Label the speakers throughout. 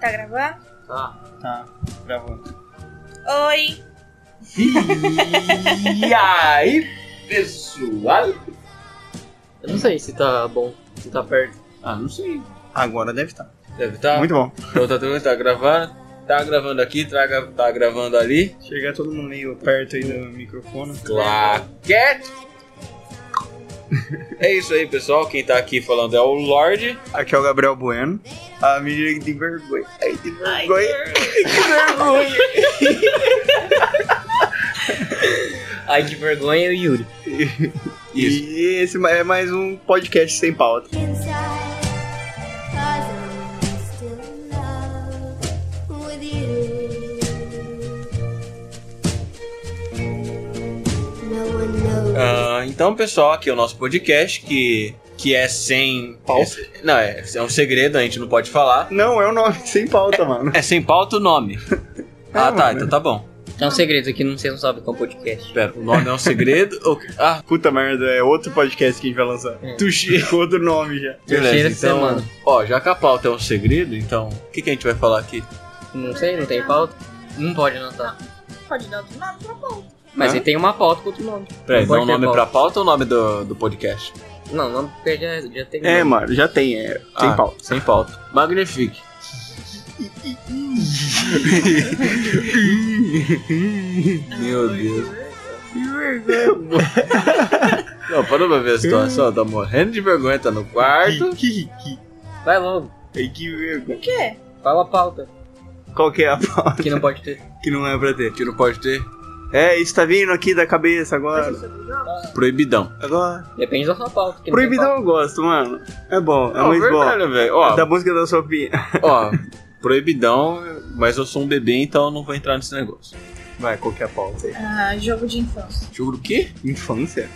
Speaker 1: Tá gravando?
Speaker 2: Ah,
Speaker 3: Tá.
Speaker 4: Tá, gravando.
Speaker 1: Oi!
Speaker 3: E aí, pessoal? Eu não sei se tá bom, se tá perto. Ah, não sei.
Speaker 4: Agora deve estar.
Speaker 3: Deve tá.
Speaker 4: Muito bom.
Speaker 3: Então tá tudo, tá gravando. Tá gravando aqui, tá, gra- tá gravando ali.
Speaker 4: Chegar todo mundo meio perto aí do microfone.
Speaker 3: Claquete! É isso aí, pessoal. Quem tá aqui falando é o Lorde.
Speaker 4: Aqui é o Gabriel Bueno. A menina que tem vergonha. Ai, tem vergonha.
Speaker 3: Ai, que vergonha, o Yuri. Isso.
Speaker 4: E esse é mais um podcast sem pauta.
Speaker 5: inside. Cause I'm still in love with you. No one knows.
Speaker 3: Ah, então, pessoal, aqui é o nosso podcast que, que é sem.
Speaker 4: Pauta?
Speaker 3: É- não, é, é um segredo, a gente não pode falar.
Speaker 4: Não, é o nome. Sem pauta, mano.
Speaker 3: É sem pauta o nome. ah,
Speaker 4: É,
Speaker 3: tá,
Speaker 4: mano.
Speaker 3: então tá bom.
Speaker 2: É um segredo aqui, não sei, não sabe qual podcast.
Speaker 3: Pera, o nome é um segredo? ou- Ah,
Speaker 4: Puta merda, é outro podcast que a gente vai lançar.
Speaker 2: É.
Speaker 3: tuxi.
Speaker 4: Com outro nome já.
Speaker 3: Beleza,
Speaker 2: Terceira
Speaker 3: então.
Speaker 2: semana.
Speaker 3: Ó, já que a pauta é um segredo, então. O que, que a gente vai falar aqui?
Speaker 2: Não sei, não tem pauta. Não pode anotar.
Speaker 1: Pode dar outro nome pra bom.
Speaker 2: Mas
Speaker 3: Hã?
Speaker 2: aí tem uma pauta com outro nome.
Speaker 3: Peraí, dá
Speaker 2: pode
Speaker 3: um
Speaker 2: ter
Speaker 3: nome
Speaker 2: pauta.
Speaker 3: pra pauta ou o nome do, do podcast?
Speaker 2: Não, não, porque já, já tem.
Speaker 4: É,
Speaker 2: nome.
Speaker 4: mano, já tem. É, sem
Speaker 3: Ah,
Speaker 4: pauta.
Speaker 3: Sem pauta. Magnifique. Meu Deus. Não, para pra ver a situação. Tá morrendo de vergonha, tá no quarto.
Speaker 4: Que, que,
Speaker 2: Vai logo,
Speaker 4: que, que vergonha.
Speaker 1: O quê?
Speaker 2: fala a pauta.
Speaker 4: Qual que é a pauta
Speaker 2: Que não pode ter.
Speaker 4: que não é pra ter?
Speaker 3: Que não pode ter
Speaker 4: É, isso tá vindo aqui da cabeça agora.
Speaker 3: proibidão.
Speaker 4: Agora.
Speaker 2: Depende da sua pauta. que não tem
Speaker 4: Proibidão eu gosto, mano. É bom, é
Speaker 3: Não,
Speaker 4: muito bom.
Speaker 3: verdade, é velho. Ó,
Speaker 4: Da música da Sofia.
Speaker 3: ó, proibidão, mas eu sou um bebê, então eu não vou entrar nesse negócio.
Speaker 4: Vai, qual que é a pauta aí?
Speaker 1: Ah, jogo de infância.
Speaker 3: Jogo do quê?
Speaker 4: Infância?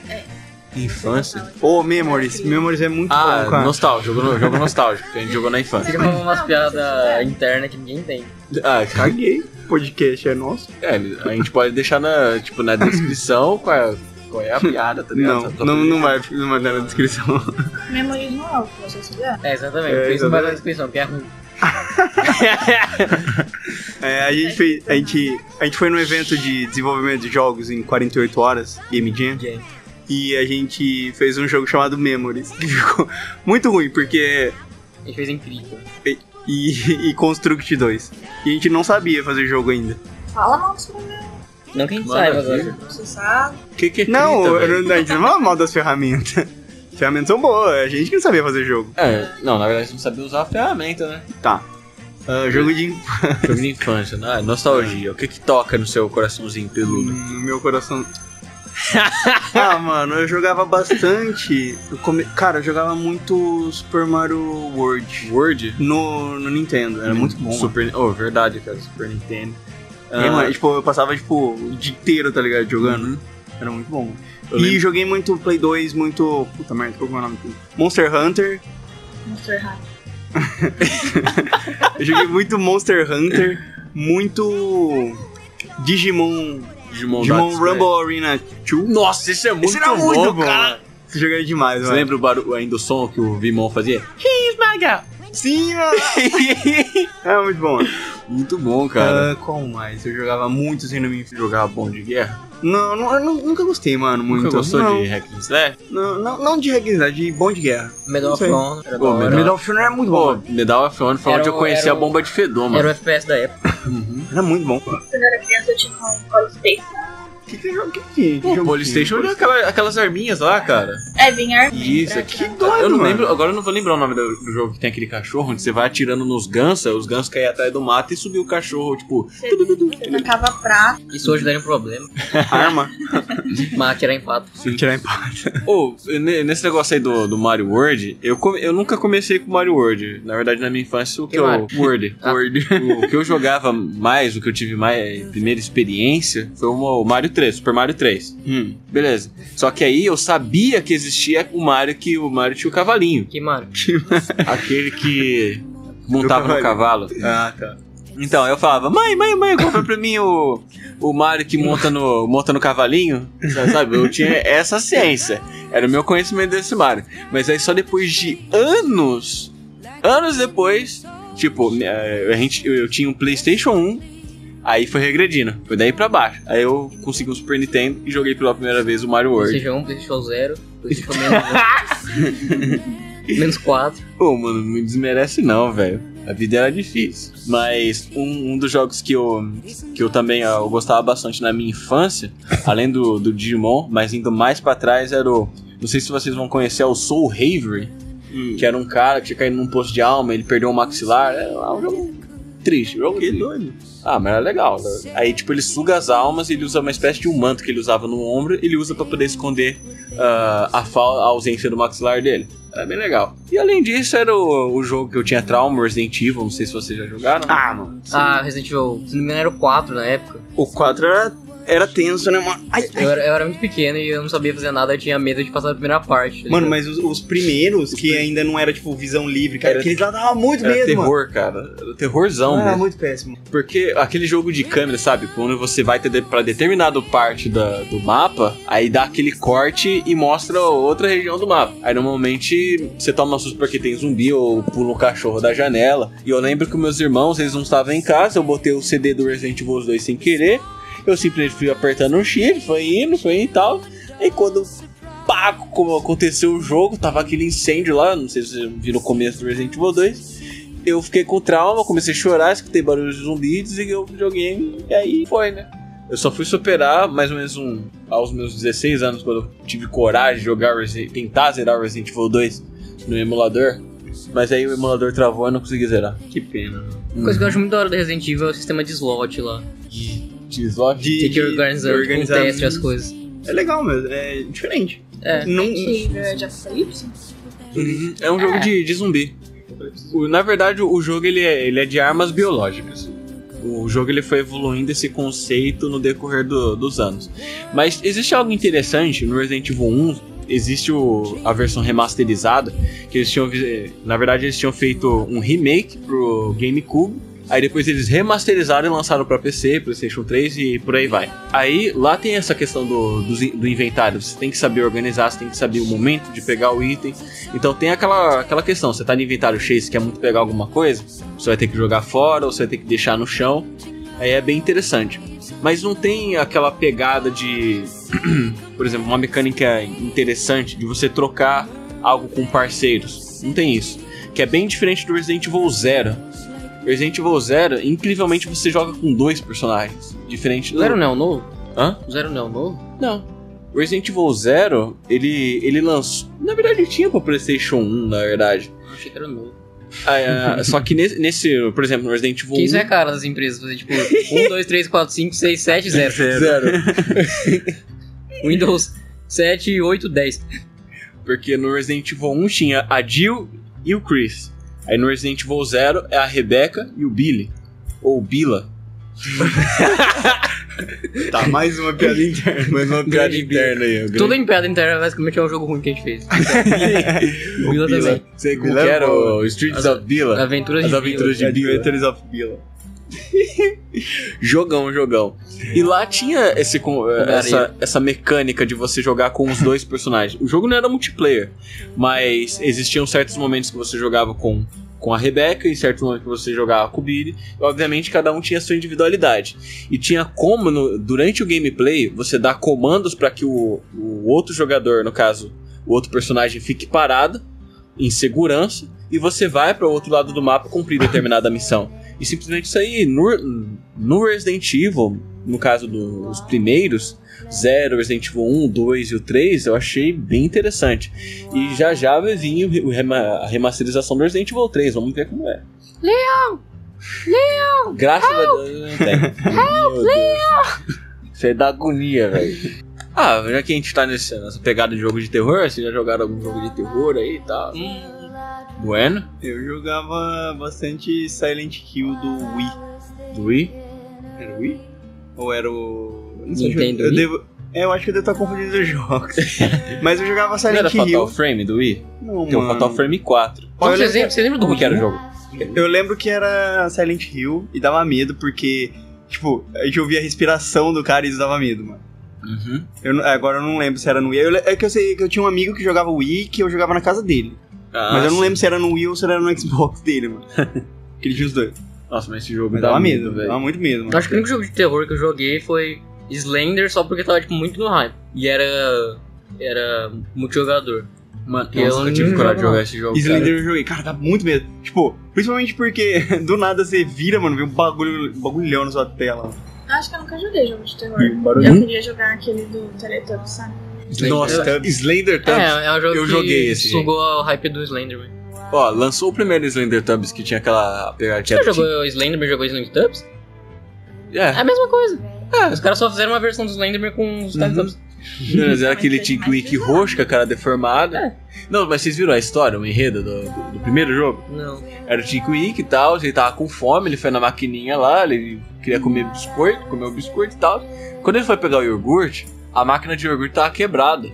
Speaker 3: Infância.
Speaker 4: Ô, Memories. Memories é muito
Speaker 3: Ah,
Speaker 4: bom, cara.
Speaker 3: nostálgico, jogo, no- jogo nostálgico, que a gente jogou na
Speaker 2: pauta.
Speaker 3: infância.
Speaker 2: Fica falando umas
Speaker 1: Não, mas isso é.
Speaker 2: piadas internas que ninguém entende.
Speaker 3: Ah,
Speaker 4: Caguei. Podcast é nosso?
Speaker 3: É, a gente pode deixar na, tipo, na descrição qual é, qual é a piada, tá ligado?
Speaker 4: Não,
Speaker 3: Só pra-
Speaker 4: não, não vai não vai dar na descrição.
Speaker 1: Memória não é o que vocês fizeram?
Speaker 2: É, exatamente.
Speaker 4: É,
Speaker 2: Por isso não vai na
Speaker 4: exatamente.
Speaker 2: descrição, que é ruim.
Speaker 4: É, a, gente fez, a, gente, a gente foi num evento de desenvolvimento de jogos em 48 horas, Game Jam.
Speaker 2: Game.
Speaker 4: E a gente fez um jogo chamado Memories, que ficou muito ruim, porque é,
Speaker 2: A gente fez incrível.
Speaker 4: e, e Construct 2. E a gente não sabia fazer jogo ainda.
Speaker 1: Fala mal dos problemas,
Speaker 2: Não que a gente
Speaker 3: Maravilha.
Speaker 2: saiba agora.
Speaker 1: você sabe.
Speaker 3: Que que é
Speaker 4: Não,
Speaker 3: treta,
Speaker 4: eu
Speaker 3: velho?
Speaker 4: não- a gente não fala mal das ferramentas. As ferramentas são boas, a gente que não sabia fazer jogo.
Speaker 3: É, não, na verdade você não sabia usar a ferramenta, né?
Speaker 4: Tá. Ah, jogo de.
Speaker 3: Jogo de infância, né? Ah, Nostalgia. O que que toca no seu coraçãozinho peludo?
Speaker 4: No meu coração. ah, mano, eu jogava bastante. Eu come- Cara, eu jogava muito Super Mario World
Speaker 3: Word? Hum,
Speaker 4: no, no Nintendo. Era muito bom. Super...
Speaker 3: Super... Oh, verdade, cara. Super Nintendo.
Speaker 4: É, mano, tipo, eu passava tipo, o dia inteiro, tá ligado? Jogando. Era muito bom.
Speaker 3: Uhum. Eu
Speaker 4: e
Speaker 3: lembro-
Speaker 4: joguei muito Play 2, muito. Puta merda, qual que é o nome? Monster Hunter.
Speaker 1: Monster High.
Speaker 4: Eu joguei muito Monster Hunter. Muito. Digimon.
Speaker 3: Digimon,
Speaker 4: Digimon
Speaker 3: Dax,
Speaker 4: Rumble Arena 2.
Speaker 3: velho. Nossa, isso é muito
Speaker 4: Esse era
Speaker 3: bom,
Speaker 4: muito bom.
Speaker 3: cara.
Speaker 4: Você joguei é demais,
Speaker 3: Você
Speaker 4: mano.
Speaker 3: lembra o barulho ainda o som que o Vimon fazia?
Speaker 4: Sim, mano. É muito bom.
Speaker 3: Muito bom, cara.
Speaker 4: Ah, qual mais? Eu jogava muito sem no
Speaker 3: Você jogava bom de guerra?
Speaker 4: Não, não, eu nu- nunca gostei, mano, muito.
Speaker 3: Nunca gostou
Speaker 4: não,
Speaker 3: de hack and slash?
Speaker 4: Não, não, não de reguinzade, de bom de guerra.
Speaker 2: Medal of
Speaker 4: Não sei.
Speaker 2: Honor. era
Speaker 3: Pô,
Speaker 2: da hora.
Speaker 3: Medal-
Speaker 4: Medal of Honor era muito bom.
Speaker 3: Pô,
Speaker 4: mano.
Speaker 3: Medal of Honor foi
Speaker 2: Era
Speaker 3: onde eu
Speaker 2: o-
Speaker 3: conheci
Speaker 2: era
Speaker 3: a
Speaker 2: o-
Speaker 3: bomba de fedor, mano.
Speaker 2: Era o FPS da época.
Speaker 4: Era muito bom.
Speaker 1: Quando eu era criança, eu tinha um Call Space.
Speaker 4: Que que jogo que que
Speaker 3: Pô, o Polystation
Speaker 4: que-
Speaker 3: olha aquela- aquelas arminhas lá, cara.
Speaker 1: É, vinha arma.
Speaker 3: Isso,
Speaker 1: branca,
Speaker 3: que
Speaker 1: né?
Speaker 3: doido, eu não
Speaker 4: mano.
Speaker 3: lembro, Agora eu não vou lembrar o nome do, do jogo que tem aquele cachorro, onde você vai atirando nos gansos, os gansos caem atrás do mato e subiu o cachorro, tipo...
Speaker 1: Você, você tacava prata.
Speaker 2: Isso hoje daria um problema.
Speaker 4: Arma.
Speaker 2: Mas tirar em pato.
Speaker 4: Tirar em paz.
Speaker 3: Ô, ne- nesse negócio aí do, do Mario World, eu, come- eu nunca comecei com Mario World. Na verdade, na minha infância, o que
Speaker 2: Que
Speaker 3: eu...
Speaker 2: Mario?
Speaker 3: World.
Speaker 2: Ah.
Speaker 3: World. O que eu jogava mais, o que eu tive mais, primeira experiência, foi o Mario 3, Super Mario 3.
Speaker 4: Hum.
Speaker 3: Beleza. Só que aí eu sabia que existia o Mario que o Mario tinha o cavalinho.
Speaker 2: Que mano.
Speaker 3: Aquele que montava no cavalo.
Speaker 4: Ah, tá.
Speaker 3: Então, eu falava, mãe, mãe, mãe, compra pra mim o, o Mario que monta no, monta no cavalinho. Sabe? Eu tinha essa ciência. Era o meu conhecimento desse Mario. Mas aí só depois de anos, anos depois, Tipo, eh, a gente, eu, eu tinha um PlayStation 1, aí foi regredindo, foi daí pra baixo. Aí eu consegui um Super Nintendo e joguei pela primeira vez o Mario World.
Speaker 2: PlayStation 1, PlayStation 0, PlayStation menos 1, tipo menos 4.
Speaker 3: Pô, mano, não me desmerece não, velho. A vida era difícil. Mas um, um dos jogos que eu, que eu também ó, eu gostava bastante na minha infância, além do, do Digimon, mas indo mais pra trás, era o. Não sei se vocês vão conhecer, é o Soul Havery,
Speaker 6: Hum.
Speaker 3: que era um cara que tinha caído num poço de alma, ele perdeu o maxilar. Era um jogo triste, um jogo
Speaker 6: Que
Speaker 3: triste.
Speaker 6: doido.
Speaker 3: Ah, mas era legal. Aí, tipo, ele suga as almas e ele usa uma espécie de um manto que ele usava no ombro, ele usa pra poder esconder ah, a, fal- a ausência do maxilar dele. Era bem legal. E além disso, era o, o jogo que eu tinha trauma, Resident Evil, não sei se vocês já jogaram.
Speaker 6: Ah, mano.
Speaker 2: Ah, Resident Evil, se não me engano era o 4 na época.
Speaker 6: O 4 era, era tenso, né, mano? Ai, ai.
Speaker 2: Eu era, eu era muito pequeno e eu não sabia fazer nada, eu tinha medo de passar a primeira parte. tá
Speaker 4: Mano,
Speaker 2: ligado?
Speaker 4: mas os, os primeiros, que ainda não era, tipo, visão livre, cara,
Speaker 3: Era-
Speaker 4: porque eles lá davam muito
Speaker 3: Era
Speaker 4: medo, mano.
Speaker 3: terror, cara. Era terrorzão
Speaker 4: Ah,
Speaker 3: mesmo.
Speaker 4: muito péssimo.
Speaker 3: Porque aquele jogo de câmera, sabe? Quando você vai ter de- pra determinado parte da- do mapa, aí dá aquele corte e mostra outra região do mapa. Aí normalmente você toma um susto porque tem zumbi ou pula um cachorro da janela. E eu lembro que meus irmãos, eles não estavam em casa, eu botei o CD do Resident Evil 2 sem querer. Eu simplesmente fui apertando o shift, foi indo, foi indo e tal. E quando pá, como aconteceu o jogo, tava aquele incêndio lá, não sei se vocês viram o começo do Resident Evil 2. Eu fiquei com trauma, comecei a chorar, escutei barulho de zumbi, desliguei o videogame e aí foi, né? Eu só fui superar mais ou menos um, aos meus 16 anos, quando eu tive coragem de jogar, Resi- tentar zerar o Resident Evil 2 no emulador. Mas aí o emulador travou e eu não consegui zerar.
Speaker 6: Que pena.
Speaker 2: Uma coisa que eu acho muito da hora do Resident Evil é o sistema de slot lá.
Speaker 3: De slot?
Speaker 2: Tem que organizar,
Speaker 6: de
Speaker 2: organizar
Speaker 6: organizar-
Speaker 2: um teste as coisas.
Speaker 6: É legal mesmo, é diferente.
Speaker 2: É.
Speaker 6: Não,
Speaker 1: Tigre de Apocalipse?
Speaker 3: Uhum, É um jogo de, de zumbi. O- na verdade, o jogo ele é, ele é de armas biológicas. O jogo ele foi evoluindo esse conceito no decorrer do- dos anos. Mas existe algo interessante no Resident Evil 1. Existe o- a versão remasterizada que eles tinham, vi- na verdade, eles tinham feito um remake pro GameCube. Aí depois eles remasterizaram e lançaram pra PC, PlayStation 3 e por aí vai. Aí lá tem essa questão do, dos in- do, inventário. Você tem que saber organizar, você tem que saber o momento de pegar o item. Então tem aquela, aquela questão: você tá no inventário cheio, você quer muito pegar alguma coisa, você vai ter que jogar fora ou você vai ter que deixar no chão. Aí é bem interessante. Mas não tem aquela pegada de. por exemplo, uma mecânica interessante de você trocar algo com parceiros. Não tem isso. Que é bem diferente do Resident Evil Zero. Resident Evil Zero, incrivelmente, você joga com dois personagens. Diferente do.
Speaker 2: Zero não é o novo?
Speaker 3: Hã?
Speaker 2: Zero não é o novo?
Speaker 3: Não. O Resident Evil Zero, ele, ele lançou. Na verdade, ele tinha pra PlayStation 1, na verdade.
Speaker 2: Eu Achei que era o novo.
Speaker 3: Ah, ah, só que nesse, nesse, por exemplo, no Resident Evil
Speaker 2: Porque isso é
Speaker 3: 1.
Speaker 2: a cara das empresas, fazer tipo 1, 2, 3, 4, 5, 6, 7, 0.
Speaker 3: Zero.
Speaker 2: Windows 7, 8, 10.
Speaker 3: Porque no Resident Evil 1 tinha a Jill e o Chris. Aí no Resident Evil Zero é a Rebecca e o Billy. Ou Bila.
Speaker 6: tá, mais uma piada interna.
Speaker 3: Mas uma piada
Speaker 2: Grande Bila.
Speaker 3: interna aí.
Speaker 2: Tudo em piada interna, basicamente é um jogo ruim que a gente fez. O Bila também.
Speaker 3: Sei como
Speaker 6: Bila
Speaker 3: que
Speaker 6: é
Speaker 3: era
Speaker 6: boa.
Speaker 3: o Streets
Speaker 2: As-
Speaker 3: of Bila.
Speaker 2: Aventuras
Speaker 3: As
Speaker 2: de
Speaker 3: Aventuras
Speaker 2: Bila.
Speaker 3: de Bila.
Speaker 6: Adventures of Bila.
Speaker 3: Jogão, jogão. E lá tinha esse, con- essa, essa mecânica de você jogar com os dois personagens. O jogo não era multiplayer, mas existiam certos momentos que você jogava com, com a Rebecca e certos momentos que você jogava com o Billy. E, obviamente, cada um tinha sua individualidade. E tinha como, no- durante o gameplay, você dar comandos para que o, o outro jogador, no caso, o outro personagem, fique parado, em segurança, e você vai para o outro lado do mapa cumprir determinada missão. E simplesmente isso aí, no, no Resident Evil, no caso dos primeiros, 0, Resident Evil 1, 2 e o 3, eu achei bem interessante. E já já vai vir o re- o rema- a remasterização do Resident Evil 3, vamos ver como é. Leon! Leon! Graças a Deus. não tem. Meu Deus. Isso aí dá agonia, velho. Ah, já que a gente tá nesse- nessa pegada de jogo de terror, vocês já jogaram algum jogo de terror aí e tal?
Speaker 6: Hum.
Speaker 3: Bueno?
Speaker 6: Eu jogava bastante Silent Hill do Wii.
Speaker 3: Do Wii?
Speaker 6: Era o Wii? Ou era o. Não
Speaker 2: Nintendo
Speaker 6: eu
Speaker 2: Wii?
Speaker 6: devo. É, eu acho que eu devo estar confundindo os jogos. Mas eu jogava
Speaker 3: Não era
Speaker 6: Silent
Speaker 3: Fatal
Speaker 6: Hill.
Speaker 3: Frame do Wii?
Speaker 6: Não,
Speaker 3: Tem o
Speaker 6: mano.
Speaker 3: Fatal Frame 4.
Speaker 6: Ó, eu
Speaker 2: Você
Speaker 6: lembro-
Speaker 2: lembra, você lembra do
Speaker 3: Como que era o
Speaker 2: último?
Speaker 3: jogo?
Speaker 6: Eu lembro que era Silent Hill e dava medo porque, tipo, a gente ouvia a respiração do cara e isso dava medo, mano.
Speaker 3: Uhum.
Speaker 6: Eu, não- agora eu não lembro se era no Wii. Eu le- é que eu sei que eu tinha um amigo que jogava Wii que eu jogava na casa dele.
Speaker 3: Ah,
Speaker 6: mas eu não
Speaker 3: sim.
Speaker 6: lembro se era no Wii ou se era no Xbox dele, mano.
Speaker 4: Aquele tinha os dois.
Speaker 3: Nossa, mas esse jogo
Speaker 4: Mas
Speaker 3: dá,
Speaker 4: dava
Speaker 3: medo,
Speaker 4: medo,
Speaker 3: velho.
Speaker 4: dava muito medo, mano.
Speaker 2: Eu acho que o único jogo de terror que eu joguei foi Slender, só porque eu tava, tipo, muito no hype. E era. Era multijogador.
Speaker 3: Mano,
Speaker 2: Eu
Speaker 3: nossa, eu, tive
Speaker 2: não
Speaker 3: coragem de
Speaker 2: jogo,
Speaker 3: jogar esse jogo. cara.
Speaker 4: Slender eu joguei. Cara, dá muito medo. Tipo, principalmente porque do nada você vira, mano, vê um bagulho, bagulhão na sua tela.
Speaker 1: Eu acho que eu nunca joguei jogo de terror.
Speaker 3: Hum, barulho.
Speaker 1: Eu queria jogar aquele do Teletubbies, sabe?
Speaker 3: Nossa, Slender Tubs.
Speaker 2: É, é um jogo
Speaker 3: Eu
Speaker 2: que
Speaker 3: joguei esse,
Speaker 2: sugou o hype do Slenderman.
Speaker 3: Ó, lançou o primeiro Slender Tubs que tinha aquela
Speaker 2: Você
Speaker 3: pegadinha. do
Speaker 2: jogou Slenderman, jogou Slender Tubbs?
Speaker 3: ti- É,
Speaker 2: É a mesma coisa. os caras só fizeram uma versão do Slenderman com os
Speaker 3: Uhum.
Speaker 2: Teletubbies.
Speaker 3: Mas era aquele tique-wique roxo com a cara deformada.
Speaker 2: É.
Speaker 3: Não, mas vocês viram a história, o enredo do, do- do primeiro jogo?
Speaker 2: Não.
Speaker 3: Era o tique-wique e tal, ele tava com fome, ele foi na maquininha lá, ele queria comer biscoito, comeu biscoito e tal. Quando ele foi pegar o iogurte, a máquina de iogurte tava quebrada.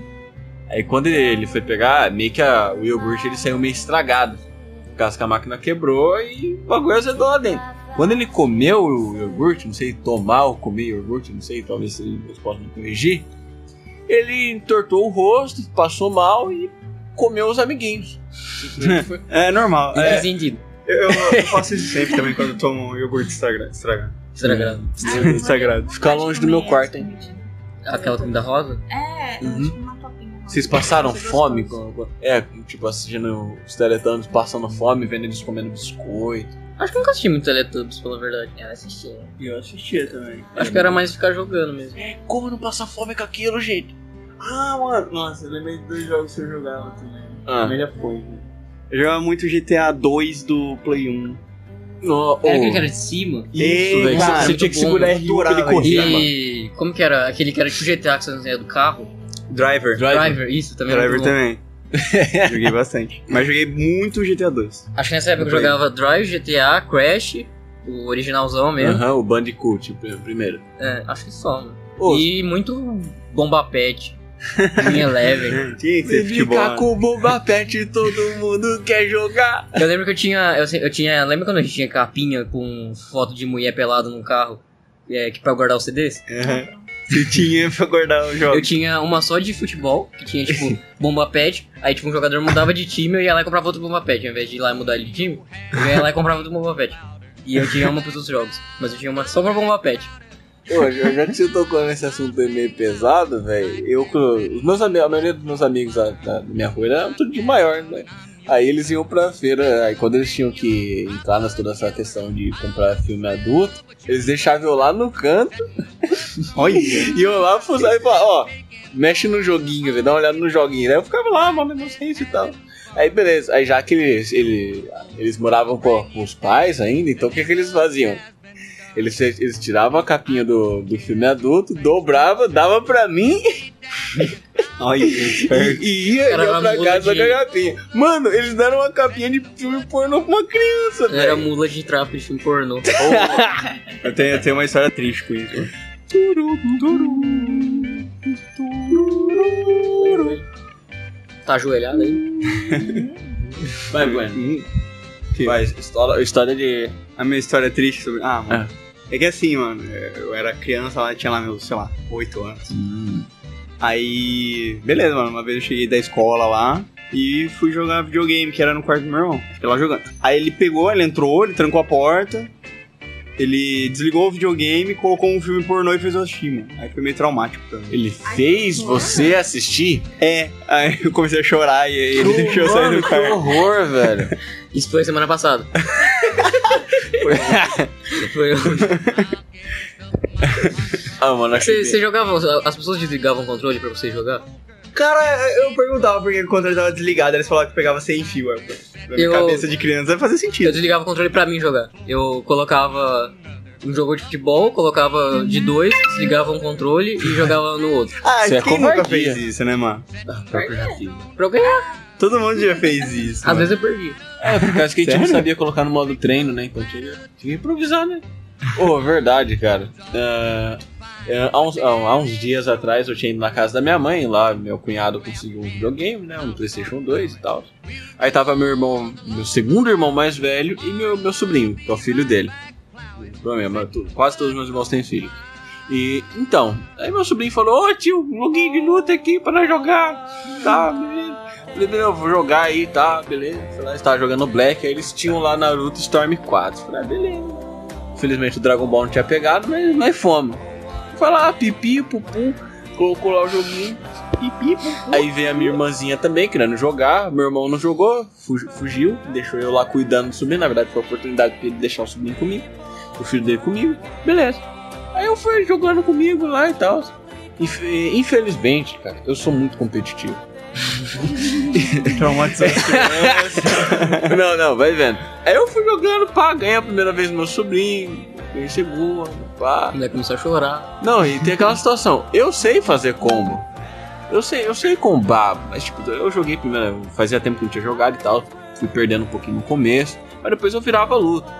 Speaker 3: Aí quando ele, ele foi pegar, meio que a- o iogurte ele saiu meio estragado. Por causa que a máquina quebrou e o bagulho azedou lá dentro. Quando ele comeu o iogurte, não sei, tomar ou comer iogurte, não sei, talvez vocês possam me corrigir. Ele entortou o rosto, passou mal e comeu os amiguinhos.
Speaker 4: É normal. É,
Speaker 2: Desentendido.
Speaker 4: eu, eu faço isso sempre também quando eu
Speaker 6: um
Speaker 4: tomo iogurte estraga- estragado.
Speaker 2: Estragado.
Speaker 4: Sagrado.
Speaker 3: Fica longe do meu quarto, hein?
Speaker 2: Aquela comida rosa?
Speaker 1: assim, É,
Speaker 3: Uhum.
Speaker 1: tipo uma papinha.
Speaker 3: Vocês passaram
Speaker 1: Vocês
Speaker 3: fome?
Speaker 1: gostaram?
Speaker 3: com- com- É, tipo, assistindo os teletubbies passando fome, vendo eles comendo biscoito.
Speaker 2: Acho que eu nunca assisti muito Teletubbies, pela verdade.
Speaker 1: Eu assisti.
Speaker 2: né?
Speaker 4: Eu assistia também.
Speaker 2: Acho que era mais ficar jogando mesmo.
Speaker 3: Como não passar fome com aquilo, gente?
Speaker 4: Ah, mano. Nossa, eu lembrei de dois jogos que eu jogava também.
Speaker 3: Ah,
Speaker 4: Também já foi, né? Eu jogava muito GTA 2 do Play 1.
Speaker 3: no,
Speaker 2: Era aquele
Speaker 3: oh,
Speaker 2: que era de cima?
Speaker 3: Isso, velho.
Speaker 2: cara,
Speaker 3: Você
Speaker 2: muito
Speaker 3: tinha que
Speaker 2: bom,
Speaker 3: segurar
Speaker 2: né?
Speaker 3: R1 pra ele
Speaker 4: Adorava isso.
Speaker 3: correr, mano.
Speaker 2: E como que era? Aquele que era tipo GTA que você não saía do carro?
Speaker 4: Driver.
Speaker 2: Driver,
Speaker 3: Driver.
Speaker 2: isso também era
Speaker 4: Driver
Speaker 2: muito bom.
Speaker 4: também. joguei bastante. Mas joguei muito GTA 2.
Speaker 2: Acho que nessa época eu
Speaker 4: Driver.
Speaker 2: jogava Drive, GTA, Crash, o originalzão mesmo.
Speaker 3: Aham, o Bandicoot, pr- primeiro.
Speaker 2: É, acho que só, mano.
Speaker 3: Ô,
Speaker 2: E muito bomba pet. Minha leve.
Speaker 4: Tinha que ser
Speaker 3: Se
Speaker 4: futebol.
Speaker 3: ficar
Speaker 4: né?
Speaker 3: com o Boba Pet, todo mundo quer jogar.
Speaker 2: Eu lembro que eu tinha. Eu, se- eu tinha. Lembra quando a gente tinha capinha com foto de mulher pelada no carro? É, que pra guardar os CDs?
Speaker 4: Aham. É. Você tinha pra guardar o jogo.
Speaker 2: Eu tinha uma só de futebol, que tinha, tipo, bomba pet. Aí, tipo, um jogador mudava de time, eu ia lá e comprava outro bomba pet. Ao invés de ir lá e mudar de time, eu ia lá e comprava outro bomba pet. E eu tinha uma pros outros jogos. Mas eu tinha uma só pra bomba pet.
Speaker 3: Ô, já já que você tocou nesse assunto aí meio pesado, velho, eu com- os meus amigos, a maioria dos meus amigos da, da minha rua era tudo de maior, né? Aí eles iam pra feira, aí quando eles tinham que entrar nas toda essa questão de comprar filme adulto, eles deixavam eu lá no canto,
Speaker 4: Olha.
Speaker 3: iam lá fuçar e falavam, ó, mexe no joguinho, velho, dá uma olhada no joguinho. Aí eu ficava lá, mano, não sei isso e tal. Aí beleza, aí já que eles, ele- eles moravam com, com os pais ainda, então o que, que eles faziam? Eles, eles tiravam a capinha do, do filme adulto, dobrava, dava pra mim
Speaker 4: Olha.
Speaker 3: e, e ia,
Speaker 2: Era
Speaker 3: ia
Speaker 2: uma
Speaker 3: pra
Speaker 2: mula
Speaker 3: casa
Speaker 2: de-
Speaker 3: com a capinha. Mano, eles deram uma capinha de filme pornô pra uma criança,
Speaker 2: Eu era
Speaker 3: velho.
Speaker 2: mula de tráfico de filme pornô.
Speaker 4: Eu tenho, eu tenho uma história triste com isso.
Speaker 2: Tá ajoelhado aí?
Speaker 3: Vai, Gwen.
Speaker 4: Hum.
Speaker 3: Vai, história, história de.
Speaker 4: A minha história é triste sobre. Ah, mano. É que assim, mano, eu era criança lá, tinha lá meus, sei lá, 8 anos.
Speaker 3: Hum.
Speaker 4: Aí, beleza, mano. Uma vez eu cheguei da escola lá e fui jogar videogame, que era no quarto do meu irmão. Fiquei lá jogando. Aí ele pegou, ele entrou, ele trancou a porta, ele desligou o videogame, colocou um filme pornô e fez eu assistir, mano. Aí foi meio traumático também.
Speaker 3: Ele fez você assistir?
Speaker 4: É, aí eu comecei a chorar e ele deixou eu sair
Speaker 3: Mano,
Speaker 4: do
Speaker 3: que
Speaker 4: quarto.
Speaker 3: horror, velho.
Speaker 2: Isso foi semana passada. Foi-
Speaker 3: ah, mano, acho
Speaker 2: Você,
Speaker 3: que.
Speaker 2: você jogava, as pessoas desligavam o controle pra você jogar?
Speaker 4: Cara, eu perguntava porque quando ele tava desligado, eles falavam que pegava sem fio. aí, pô, Na minha
Speaker 2: Eu-
Speaker 4: cabeça de criança fazia
Speaker 2: Eu
Speaker 4: sentido.
Speaker 2: desligava o controle pra mim jogar. Eu colocava um jogo de futebol, colocava de dois, desligava um controle e jogava no outro.
Speaker 4: Ah,
Speaker 3: Isso é
Speaker 4: quem nunca
Speaker 3: covardia.
Speaker 4: fez isso, né, mano?
Speaker 3: Tá.
Speaker 2: Pra eu ganhar.
Speaker 4: Todo mundo já fez isso.
Speaker 2: Às
Speaker 4: mano.
Speaker 2: vezes eu perdi.
Speaker 3: É, por causa que a gente não
Speaker 4: Sério?
Speaker 3: sabia colocar no modo treino, né? Então tinha, tinha que improvisar, né? Ô, verdade, cara. Ah, é, há, uns, há- há uns dias atrás eu tinha ido na casa da minha mãe, lá meu cunhado conseguiu um videogame, né? Um Playstation 2 e tal. Aí tava meu irmão, meu segundo irmão mais velho e meu, meu sobrinho, que é o filho dele. Problema, tu- quase todos os meus irmãos têm filho. E então, aí meu sobrinho falou, ô tio, um joguinho de luta aqui pra nós jogar. Tá, beleza. Falei, meu, vou jogar aí, tá, beleza. Sei lá, eles estavam jogando Black, aí eles tinham lá Naruto Storm 4. Falei, ah, beleza. Infelizmente o Dragon Ball não tinha pegado, mas nós fomos. Foi lá, pipi, pupu, colocou lá o joguinho. Pipi, pupu. Aí veio a minha irmãzinha também, querendo jogar. Meu irmão não jogou, fugi- fugiu, deixou eu lá cuidando do sobrinho. Na verdade, foi a oportunidade pra ele deixar o sobrinho comigo, o filho dele comigo. Beleza. Aí eu fui jogando comigo lá e tal. Inf- Infelizmente, cara, eu sou muito competitivo. Não, não, vai vendo. Aí eu fui jogando, pá, ganhei a primeira vez meu sobrinho, ganhei a segunda,
Speaker 2: A
Speaker 3: pá.
Speaker 2: mulher começou a chorar.
Speaker 3: Não, e tem aquela situação, eu sei fazer combo. Eu sei, eu sei combar, mas tipo, eu joguei primeiro, fazia tempo que eu não tinha jogado e tal, fui perdendo um pouquinho no começo, mas depois eu virava a luta.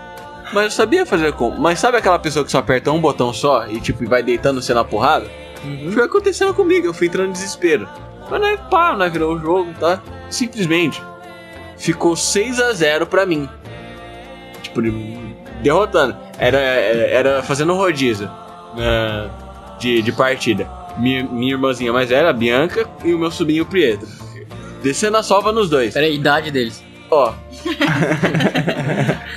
Speaker 3: Mas eu sabia fazer combo. Mas sabe aquela pessoa que só aperta um botão só e tipo vai deitando você na porrada? Foi acontecendo comigo, eu fui entrando em desespero. Mas nós, pá, nós virou o jogo, tá? Simplesmente ficou 6 a 0 pra mim. Tipo, de- derrotando. Era, era, era fazendo rodízio né, de, de partida. Minha, minha irmãzinha mais velha, a Bianca, e o meu sobrinho Pietro. Descendo a sova nos dois.
Speaker 2: Pera aí, idade deles.
Speaker 3: Ó,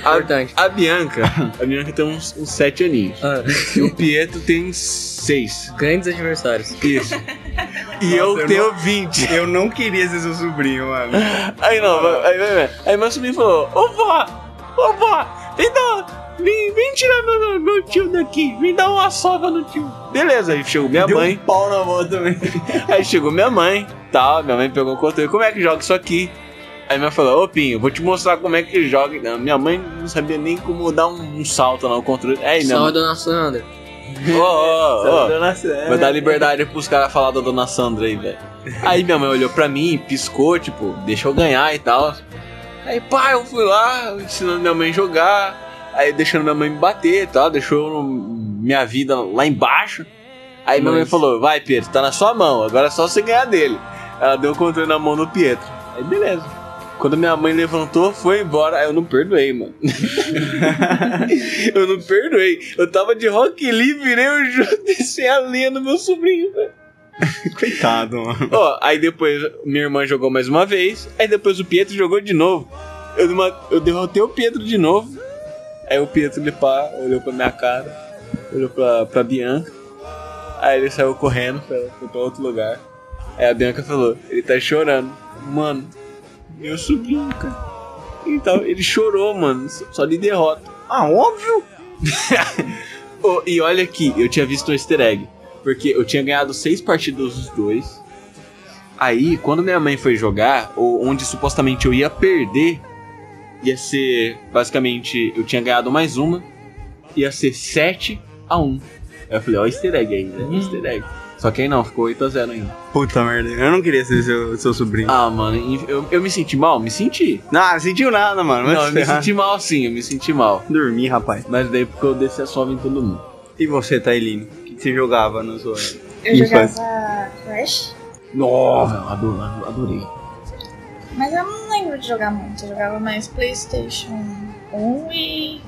Speaker 3: a,
Speaker 2: Importante.
Speaker 3: a Bianca. A Bianca tem uns 7 aninhos.
Speaker 2: Ah,
Speaker 3: E o Pietro tem 6.
Speaker 2: grandes adversários.
Speaker 3: Isso. E eu,
Speaker 4: eu
Speaker 3: tenho 20.
Speaker 4: Eu não queria ser seu sobrinho, mano.
Speaker 3: Aí não, vai- aí vai, vai. Aí meu sobrinho falou: Ô vó, ô vó, vem dar. Vem, vem tirar meu, meu- meu tio daqui, vem dar uma sova no tio. Beleza, aí chegou minha
Speaker 4: Deu
Speaker 3: É mãe.
Speaker 4: um pau na mão também.
Speaker 3: Aí chegou minha mãe, tal. Minha mãe pegou o controle: Como é que joga isso aqui? Aí minha mãe falou: Ô Pinho, vou te mostrar como é que joga. Não, minha mãe não sabia nem como dar um, um salto no controle. É Aí minha
Speaker 2: Salve,
Speaker 3: mãe.
Speaker 2: dona Sandra.
Speaker 3: Ô,
Speaker 4: tá
Speaker 3: ô, ô. Vai
Speaker 4: Vai
Speaker 3: dar liberdade pros caras falar da dona Sandra aí, velho. Aí minha mãe olhou pra mim, piscou, tipo, deixa eu ganhar e tal. Aí, pá, eu fui lá, ensinando minha mãe a jogar, aí deixando minha mãe me bater e tal, deixou minha vida lá embaixo. Aí minha mãe
Speaker 2: Mas-
Speaker 3: falou, vai, Pietro, tá na sua mão, agora é só você ganhar dele. Ela deu o controle na mão do Pietro. Aí beleza. Quando minha mãe levantou, foi embora. Aí eu não perdoei, mano. eu não perdoei. Eu tava de Rock Lee, virei o jogo, desci a linha no meu sobrinho, velho.
Speaker 4: Coitado, mano.
Speaker 3: Ó, aí depois minha irmã jogou mais uma vez. Aí depois o Pietro jogou de novo. Eu, dema- eu derrotei o Pietro de novo. Aí o Pietro ele pá, olhou pra minha cara, olhou pra, pra Bianca. Aí ele saiu correndo, foi foi pra outro lugar. Aí a Bianca falou: ele tá chorando. Mano, meu sobrinho, cara. Então, ele chorou, mano, só de derrota.
Speaker 4: Ah, óbvio.
Speaker 3: Ô, e olha aqui, eu tinha visto um easter egg. Porque eu tinha ganhado seis partidas dos dois. Aí, quando minha mãe foi jogar, ou onde supostamente eu ia perder, ia ser. Basicamente, eu tinha ganhado mais uma. Ia ser 7 a 1 Aí eu falei, ó, easter egg aí, né? Easter egg. Só que aí não, ficou 8x0 ainda.
Speaker 4: Puta merda, eu não queria ser seu, seu sobrinho.
Speaker 3: Ah, mano, eu, eu me senti mal? Me senti.
Speaker 4: Não, não sentiu nada, mano.
Speaker 3: não, eu me senti mal sim, eu me senti mal.
Speaker 4: Dormi, rapaz.
Speaker 3: Mas daí porque eu desci a sova em todo mundo.
Speaker 4: E você, Tailine? O que que você jogava na sua...
Speaker 1: Eu jogava Crash,
Speaker 3: Nossa, eu adoro- eu adorei.
Speaker 1: mas eu não lembro de jogar muito. Eu jogava mais PlayStation 1 e.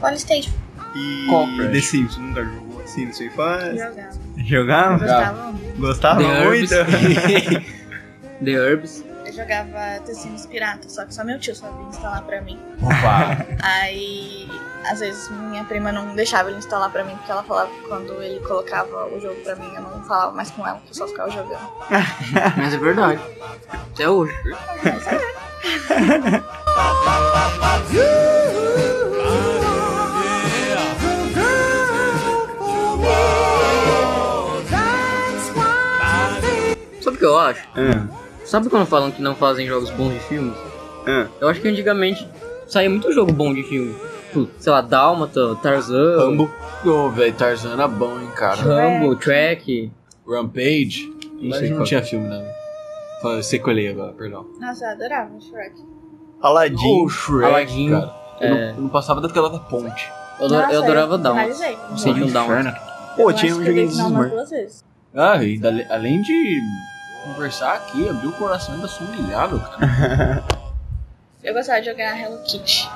Speaker 1: PlayStation.
Speaker 4: E
Speaker 3: Qual Crash?
Speaker 4: The Sims, nunca jogou assim na sua
Speaker 1: Eu
Speaker 4: infância?
Speaker 1: jogava. Eu
Speaker 4: Jogava?
Speaker 1: gostava muito.
Speaker 4: Gostava
Speaker 2: The Herbs.
Speaker 4: muito?
Speaker 2: The Herbs.
Speaker 1: Eu jogava The Sims Pirata, só que só meu tio sabia instalar pra mim.
Speaker 3: Opa.
Speaker 1: Aí, às vezes, minha prima não deixava ele instalar pra mim, porque ela falava que quando ele colocava o jogo pra mim, eu não falava mais com ela, que eu só ficava jogando.
Speaker 2: Mas é verdade. Até hoje. Sabe o que eu acho?
Speaker 4: Ah,
Speaker 2: Sabe quando falam que não fazem jogos bons de filmes?
Speaker 4: ah.
Speaker 3: É.
Speaker 2: Eu acho que antigamente saía muito jogo bom de filme. Tipo, sei lá, Dálmata, Tarzan, Rambo,
Speaker 4: Rambo.
Speaker 3: Ô, velho, Tarzan era bom, hein, cara.
Speaker 2: Track.
Speaker 3: Rampage?
Speaker 2: Não
Speaker 3: Mas
Speaker 2: sei
Speaker 3: não
Speaker 2: qual
Speaker 3: tinha filme, né? não. Fa- é. Sequelei agora, perdão.
Speaker 1: Nossa, eu adorava Shrek.
Speaker 4: Aladdin.
Speaker 3: O Shrek,
Speaker 2: Aladdin,
Speaker 3: cara. Eu não-
Speaker 2: é.
Speaker 3: eu não passava daquela da ponte.
Speaker 2: Eu, adora- eu
Speaker 1: é,
Speaker 2: adorava Dálmata.
Speaker 1: Finalizei.
Speaker 2: Não sei de um Dálmata.
Speaker 4: Pô, tinha um joguinho de
Speaker 1: umas
Speaker 4: Smurf.
Speaker 1: duas vezes.
Speaker 3: Ah, e dale- além de conversar aqui, abriu o coração e ainda sou humilhado, cara.
Speaker 1: Eu gostava de jogar Hello Kitty.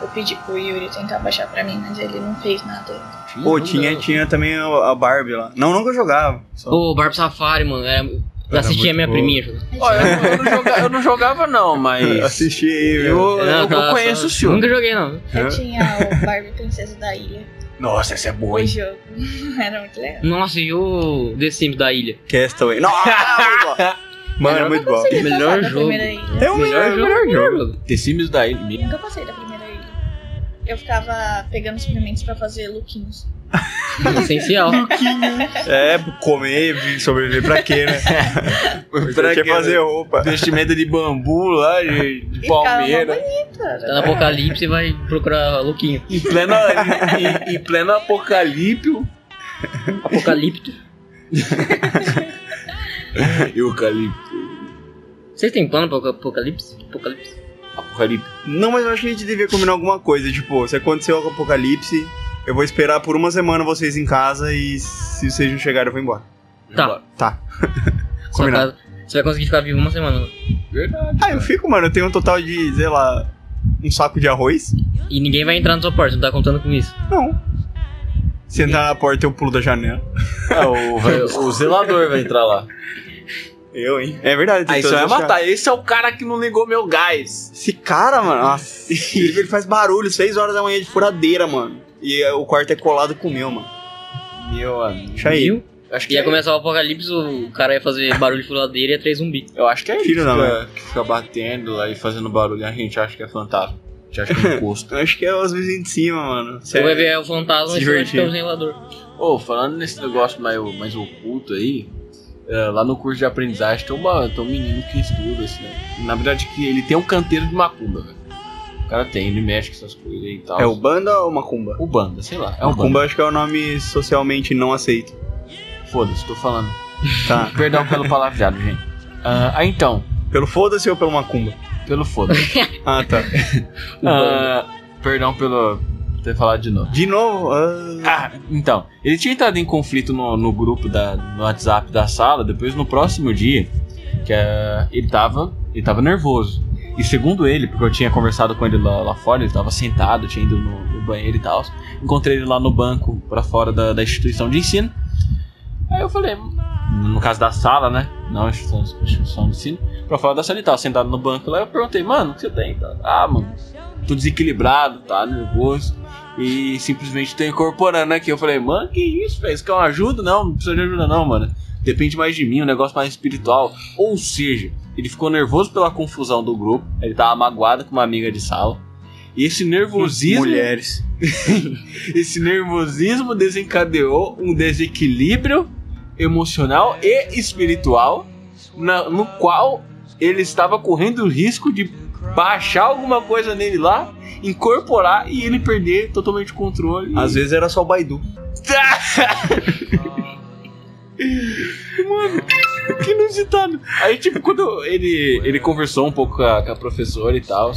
Speaker 1: Eu pedi pro Yuri tentar baixar pra mim, mas ele não fez nada.
Speaker 4: Pô,
Speaker 2: Não,
Speaker 3: né?
Speaker 4: tinha,
Speaker 2: não.
Speaker 4: tinha também a a Barbie lá. Não, nunca jogava. Só-
Speaker 2: Pô, Barb Safari, mano. Era, Eu assistia a minha
Speaker 3: boa.
Speaker 2: priminha jogando.
Speaker 3: Ó, eu, eu não joga- eu não jogava, não, mas.
Speaker 4: Assisti aí,
Speaker 3: Eu,
Speaker 4: viu?
Speaker 3: eu,
Speaker 2: Não,
Speaker 3: eu
Speaker 2: tá,
Speaker 3: conheço
Speaker 2: só-
Speaker 3: o senhor.
Speaker 2: Nunca joguei, não.
Speaker 1: Eu tinha o Barbie Princesa da Ilha.
Speaker 3: Nossa, essa é boa,
Speaker 1: O
Speaker 3: hein?
Speaker 1: jogo era muito legal.
Speaker 2: Nossa, e o The Sims da ilha?
Speaker 4: Castaway. Nossa, muito bom. Mano, é
Speaker 2: Melhor
Speaker 4: muito
Speaker 1: Eu
Speaker 4: bom.
Speaker 1: consegui passar
Speaker 2: Melhor
Speaker 1: da
Speaker 2: jogo.
Speaker 1: primeira ilha.
Speaker 4: É o melhor, melhor jogo.
Speaker 3: The Sims da Ilha.
Speaker 1: Eu nunca passei da primeira ilha. Eu ficava pegando suplementos pra fazer lookinhos.
Speaker 2: Essencial. Tá
Speaker 4: É, comer, sobreviver pra quê, né? pra né?
Speaker 3: quê,
Speaker 4: que fazer roupa?
Speaker 3: Vestimenta de bambu lá, de, de
Speaker 1: E
Speaker 3: palmeira.
Speaker 1: ficava
Speaker 2: Tá no
Speaker 1: uma bonita.
Speaker 2: apocalipse e vai procurar louquinho.
Speaker 3: Em plena, em, em- em pleno apocalipto.
Speaker 2: Apocalipto.
Speaker 3: Eucalipto.
Speaker 2: Vocês têm plano pra apocalipse? Apocalipse?
Speaker 3: Apocalipto.
Speaker 4: Não, mas eu acho que a gente devia combinar alguma coisa. Tipo, se aconteceu o apocalipse, eu vou esperar por uma semana vocês em casa e se vocês não chegarem, eu vou embora.
Speaker 2: Tá.
Speaker 4: Tá.
Speaker 2: Sua
Speaker 4: Combinado.
Speaker 2: casa- Você vai conseguir ficar vivo uma semana. né?
Speaker 3: Verdade.
Speaker 4: Ah, eu fico, mano. Eu tenho um total de, sei lá, um saco de arroz.
Speaker 2: E ninguém vai entrar na sua porta, não tá contando com isso.
Speaker 4: Não. Se entrar na porta, eu pulo da janela.
Speaker 3: Ah, o, vai- o zelador vai entrar lá.
Speaker 4: Eu, hein? É verdade. tem
Speaker 3: Aí você
Speaker 4: todas
Speaker 3: vai
Speaker 4: as chaves.
Speaker 3: matar. Esse é o cara que não ligou meu gás.
Speaker 4: Esse cara, mano, nossa. ele ele faz barulho, 6 horas da manhã de furadeira, mano. E eh, o quarto é colado com o meu, mano.
Speaker 3: Meu amigo.
Speaker 4: Deixa aí.
Speaker 2: Viu?
Speaker 3: Acho que
Speaker 2: Ia
Speaker 3: é,
Speaker 2: começar o apocalipse, o cara ia fazer barulho de furadeira e ia três zumbi.
Speaker 3: eu acho que é ele
Speaker 4: Filho
Speaker 3: que
Speaker 4: da
Speaker 3: fica, que fica batendo lá e fazendo barulho. A gente acha que é fantasma. A gente acha que é encosto.
Speaker 4: Eu acho que é os vizinhos de cima, mano.
Speaker 2: Você vai ver o fantasma
Speaker 4: Se
Speaker 2: e você vai
Speaker 4: divertir.
Speaker 2: ficar o zelador.
Speaker 3: Ô, falando nesse negócio mais, mais oculto aí, é, lá no curso de aprendizagem tem, uma, tem um menino que estuda esse né? Na verdade, que ele tem um canteiro de macumba, velho. O cara tem, ele mexe com essas coisas aí e tal.
Speaker 4: É o Banda ou Macumba?
Speaker 3: o Banda, sei lá. É o Banda.
Speaker 4: Macumba acho que é o nome socialmente não aceito.
Speaker 3: Foda-se, tô falando.
Speaker 4: Tá.
Speaker 3: Perdão pelo palavreado, gente. Ah, ah, então,
Speaker 4: pelo foda-se ou pelo Macumba?
Speaker 3: pelo foda-se.
Speaker 4: Ah, tá.
Speaker 3: Ah, perdão pelo ter falado de novo.
Speaker 4: De novo? ah.
Speaker 3: Ah, então, ele tinha entrado em conflito no, no grupo da, no WhatsApp da sala, depois no próximo dia, que eh, ele tava. Ele tava nervoso. E segundo ele, porque eu tinha conversado com ele lá, lá fora, ele tava sentado, tinha ido no, no banheiro e tal. Encontrei ele lá no banco, pra fora da, da instituição de ensino. Aí eu falei, no caso da sala, né? Não, instituição, instituição de ensino. Pra fora da sala ele tava sentado no banco lá. Eu perguntei, mano, o que você tem? Tá, Ah, mano, tô desequilibrado, tá nervoso e simplesmente tô incorporando aqui. Eu falei, mano, que isso, velho? Isso quer uma ajuda? Não, não precisa de ajuda, não, mano. Depende mais de mim, um negócio mais espiritual. Ou seja, ele ficou nervoso pela confusão do grupo, ele tava magoado com uma amiga de sala. E esse nervosismo.
Speaker 4: Mulheres.
Speaker 3: Esse nervosismo desencadeou um desequilíbrio emocional e espiritual, na- no qual ele estava correndo o risco de baixar alguma coisa nele lá, incorporar e ele perder totalmente o controle.
Speaker 4: Às vezes era só o Baidu.
Speaker 3: que inusitado. Aí, tipo, quando ele, ele conversou um pouco com a, com a professora e tal,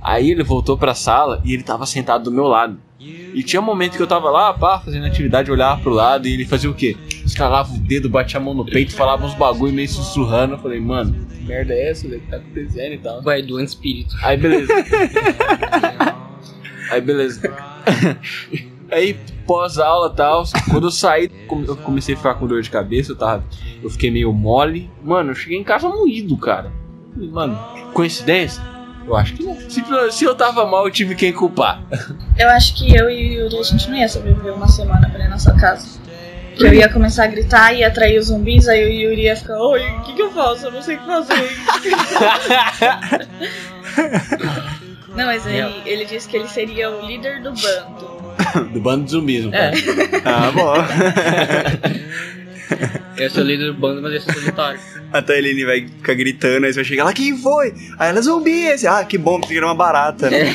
Speaker 3: aí ele voltou pra sala e ele tava sentado do meu lado. E tinha um momento que eu tava lá, pá, fazendo atividade, eu olhava pro lado e ele fazia o quê? Escalava o dedo, batia a mão no peito, falava uns bagulho meio sussurrando. Eu falei, mano, que merda é essa, velho? O que tá acontecendo e tal?
Speaker 2: Vai do espírito.
Speaker 3: Aí beleza. Aí beleza. Aí pós-aula e tal, quando eu saí, come- eu comecei a ficar com dor de cabeça, eu tava. Eu fiquei meio mole. Mano, eu cheguei em casa moído, cara. Falei, Mano, coincidência? Eu acho que não. Se, se eu tava mal, eu tive quem culpar.
Speaker 1: Eu acho que eu e o Yuri a gente não ia sobreviver uma semana pra ir na sua casa. Que eu ia começar a gritar e atrair os zumbis, aí o Yuri ia ficar, oi, o que, que eu faço? Eu não sei o que fazer. não, mas aí ele disse que ele seria o líder do bando.
Speaker 3: Do bando de zumbis, não
Speaker 2: É,
Speaker 4: Ah, bom.
Speaker 2: eu sou líder do bando, mas eu sou solitário.
Speaker 4: Até a Helene vai ficar gritando, aí você vai chegar lá, quem foi? Aí ela, zumbi esse. Ah, que bom, porque era uma barata, né?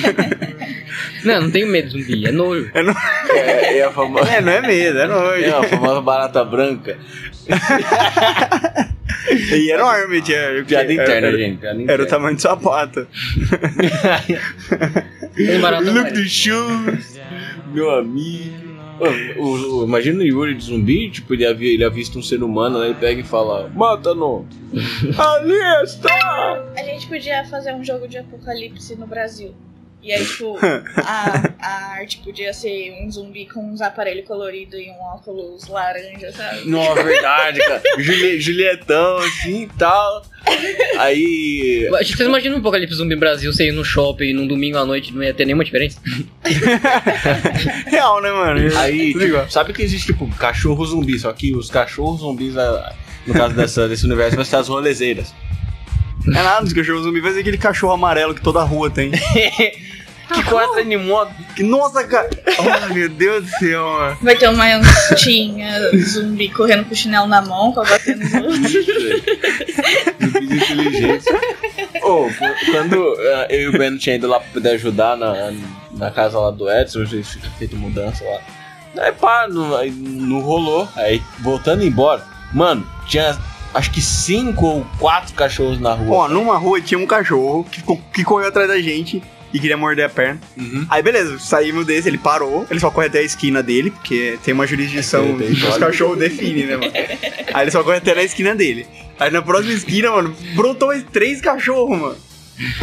Speaker 2: Não, não tenho medo de zumbi, é nojo.
Speaker 3: É, é a famosa.
Speaker 4: É, não é medo, é nojo.
Speaker 3: É a famosa barata branca.
Speaker 4: E é enorme, é, tinha.
Speaker 3: Piada
Speaker 4: era-
Speaker 3: interna,
Speaker 4: era-
Speaker 3: gente. Piada interna.
Speaker 4: Era o tamanho É do sapato.
Speaker 2: Tem barato
Speaker 3: Look
Speaker 2: amarelo.
Speaker 3: the shoes, meu amigo. Ô, o- o- imagina o Yuri de zumbi, tipo, ele, avi- ele avista um ser humano, né? Ele pega e fala, mata-no! Ali está!
Speaker 1: A gente podia fazer um jogo de apocalipse no Brasil. E aí, tipo, a, a arte podia ser um zumbi com uns aparelhos coloridos e um óculos laranja, sabe?
Speaker 3: Não, é verdade, cara. Juli- Julietão, assim e tal. Aí.
Speaker 2: Acho que vocês imaginam um apocalipse zumbi Brasil você ir no shopping num domingo à noite não ia ter nenhuma diferença?
Speaker 4: Real, né, mano?
Speaker 3: Aí,
Speaker 4: Tudo igual.
Speaker 3: tipo, sabe que existe, tipo, cachorro zumbi, só que os cachorros zumbis, ah, no caso dessa, desse universo, vai ser as rolezeiras.
Speaker 4: É nada dos cachorros zumbi. Vai ser aquele cachorro amarelo que toda rua tem.
Speaker 3: Que quase animou.
Speaker 4: Que- Nossa, cara. Oh, meu Deus do céu, mano.
Speaker 1: Vai ter uma anstinha zumbi correndo com o chinelo na mão, com a batendo no outro.
Speaker 3: Zumbis inteligentes. Ô, qu- quando ah, eu e o Ben tinha ido lá pra poder ajudar na, na casa lá do Edson, a gente tinha feito mudança lá. Aí pá, não, aí não rolou. Aí voltando embora, mano, tinha acho que cinco ou quatro cachorros na rua.
Speaker 4: Ó, numa rua tinha um cachorro que, ficou- que correu atrás da gente e queria morder a perna.
Speaker 3: Uhum.
Speaker 4: Aí beleza, saímos desse, ele parou, ele só corre até a esquina dele, porque tem uma
Speaker 3: É,
Speaker 4: jurisdição
Speaker 3: tem- tem
Speaker 4: que os
Speaker 3: história.
Speaker 4: cachorros definem, né, mano? Aí ele só corre até na esquina dele. Aí na próxima esquina, mano, brotou mais três cachorros, mano.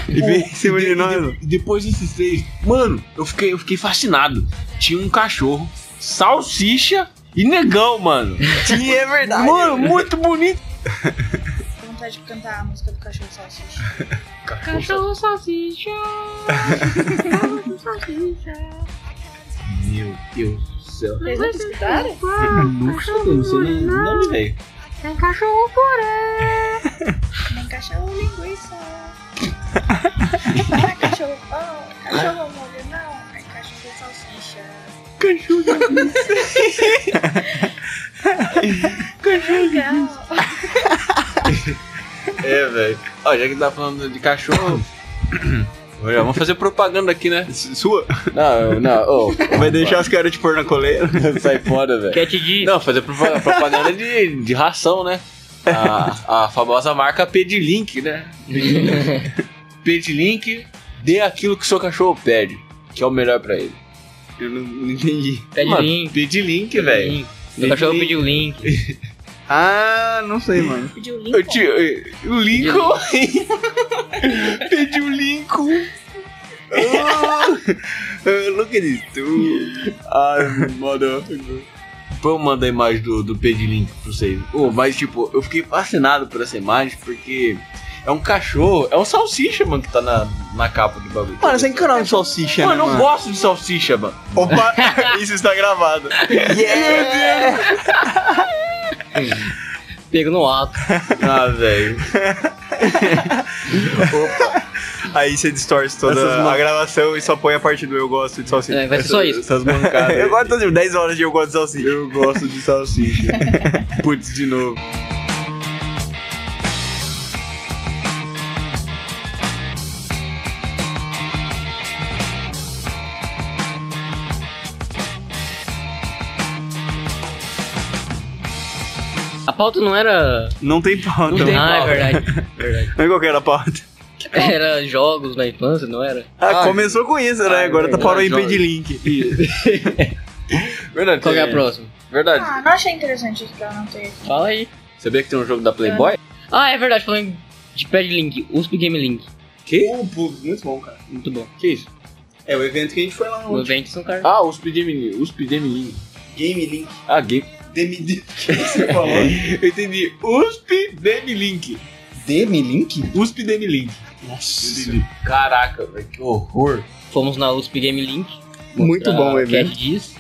Speaker 4: E veio em cima de nós, mano.
Speaker 3: E depois desses três, mano, eu fiquei, eu fiquei fascinado. Tinha um cachorro, salsicha e negão, mano.
Speaker 4: E é verdade.
Speaker 3: Mano, muito bonito.
Speaker 1: vontade de cantar a música do cachorro salsicha.
Speaker 7: Cachorro salsicha. Cachorro salsicha.
Speaker 3: Meu Deus do céu.
Speaker 1: Vocês não escutaram?
Speaker 3: Nossa, eu não sei nem o nome, velho.
Speaker 7: Tem cachorro purê.
Speaker 1: Tem cachorro linguiça. Não é cachorro pão, é cachorro molho, não. É cachorro salsicha. Cachorro linguiça. Legal.
Speaker 3: É, velho. Ó, já que tá falando de cachorro. Olha, vamos fazer propaganda aqui, né?
Speaker 4: Sua?
Speaker 3: Não, não, ô.
Speaker 4: Vai deixar os caras te pôr na coleira?
Speaker 3: Sai fora, velho.
Speaker 2: Cat de.
Speaker 3: Não, fazer propa- propaganda de, de ração, né? A, a famosa marca Pedilink, né? Pedilink, dê aquilo que seu cachorro pede, que é o melhor pra ele.
Speaker 4: Eu não, não entendi.
Speaker 2: Pede
Speaker 3: Mano,
Speaker 2: link.
Speaker 3: Pedilink, velho.
Speaker 2: link. Meu cachorro pediu link.
Speaker 4: Ah, não sei, mano.
Speaker 1: Pediu o
Speaker 3: Eu
Speaker 1: Lincoln?
Speaker 3: te, eu- o Lincoln. Pedi o Lincoln.
Speaker 4: Eu não acredito.
Speaker 3: Ai, mano. Vou mandar a imagem do, do Pedilink pra vocês. Ô, mas, tipo, eu fiquei fascinado por essa imagem porque é um cachorro, é um salsicha, mano, que tá na, na capa do bagulho.
Speaker 4: Mano, você encanado de salsicha,
Speaker 3: Mano, eu
Speaker 4: né,
Speaker 3: não
Speaker 4: mano?
Speaker 3: gosto de salsicha, mano.
Speaker 4: Opa, isso está gravado. Yeah!
Speaker 2: Pego no ato.
Speaker 3: Ah, velho.
Speaker 4: Aí você distorce toda
Speaker 3: Essas man-
Speaker 4: a gravação e só põe a parte do eu gosto de salsicha.
Speaker 2: É, vai ser só isso.
Speaker 3: Essas mancadas.
Speaker 4: Eu gosto de 10 horas de eu gosto de salsicha.
Speaker 3: Eu gosto de salsicha. Putz, de novo.
Speaker 2: A pauta não era.
Speaker 4: Não tem pauta.
Speaker 2: Não tem
Speaker 4: mano.
Speaker 2: ah, é verdade.
Speaker 4: Não é qualquer a pauta.
Speaker 1: Tipo,
Speaker 2: Era jogos na infância, não era?
Speaker 4: Ah,
Speaker 3: Ah,
Speaker 4: começou com isso, né?
Speaker 2: ah, é
Speaker 4: Agora tá
Speaker 2: verdade,
Speaker 4: parou em
Speaker 3: jovem.
Speaker 4: pedilink.
Speaker 3: Verdade.
Speaker 2: Qual que é a
Speaker 3: tem-
Speaker 2: próxima?
Speaker 3: Verdade.
Speaker 1: Ah, não achei interessante isso que ela não ter.
Speaker 2: Fala aí.
Speaker 3: Sabia que tem um jogo da Playboy?
Speaker 2: Ah, é verdade, falando de Pad Link, USP Game Link.
Speaker 3: Que?
Speaker 4: muito bom, cara.
Speaker 2: Muito bom.
Speaker 3: Que isso?
Speaker 4: É o evento que a gente foi lá
Speaker 2: O evento são caras.
Speaker 3: Ah, USP Gemini. USP Gemini.
Speaker 4: Game Link.
Speaker 3: Ah, game.
Speaker 4: Demi... que você falou?
Speaker 3: Eu entendi. USP Demilink.
Speaker 4: Demi Link?
Speaker 3: USP Demilink.
Speaker 4: Nossa.
Speaker 3: Entendi. Caraca, velho, que horror.
Speaker 2: Fomos na USP Game Link.
Speaker 4: Muito
Speaker 2: mostrar
Speaker 4: bom o
Speaker 2: o
Speaker 4: evento.
Speaker 2: Cat Diz.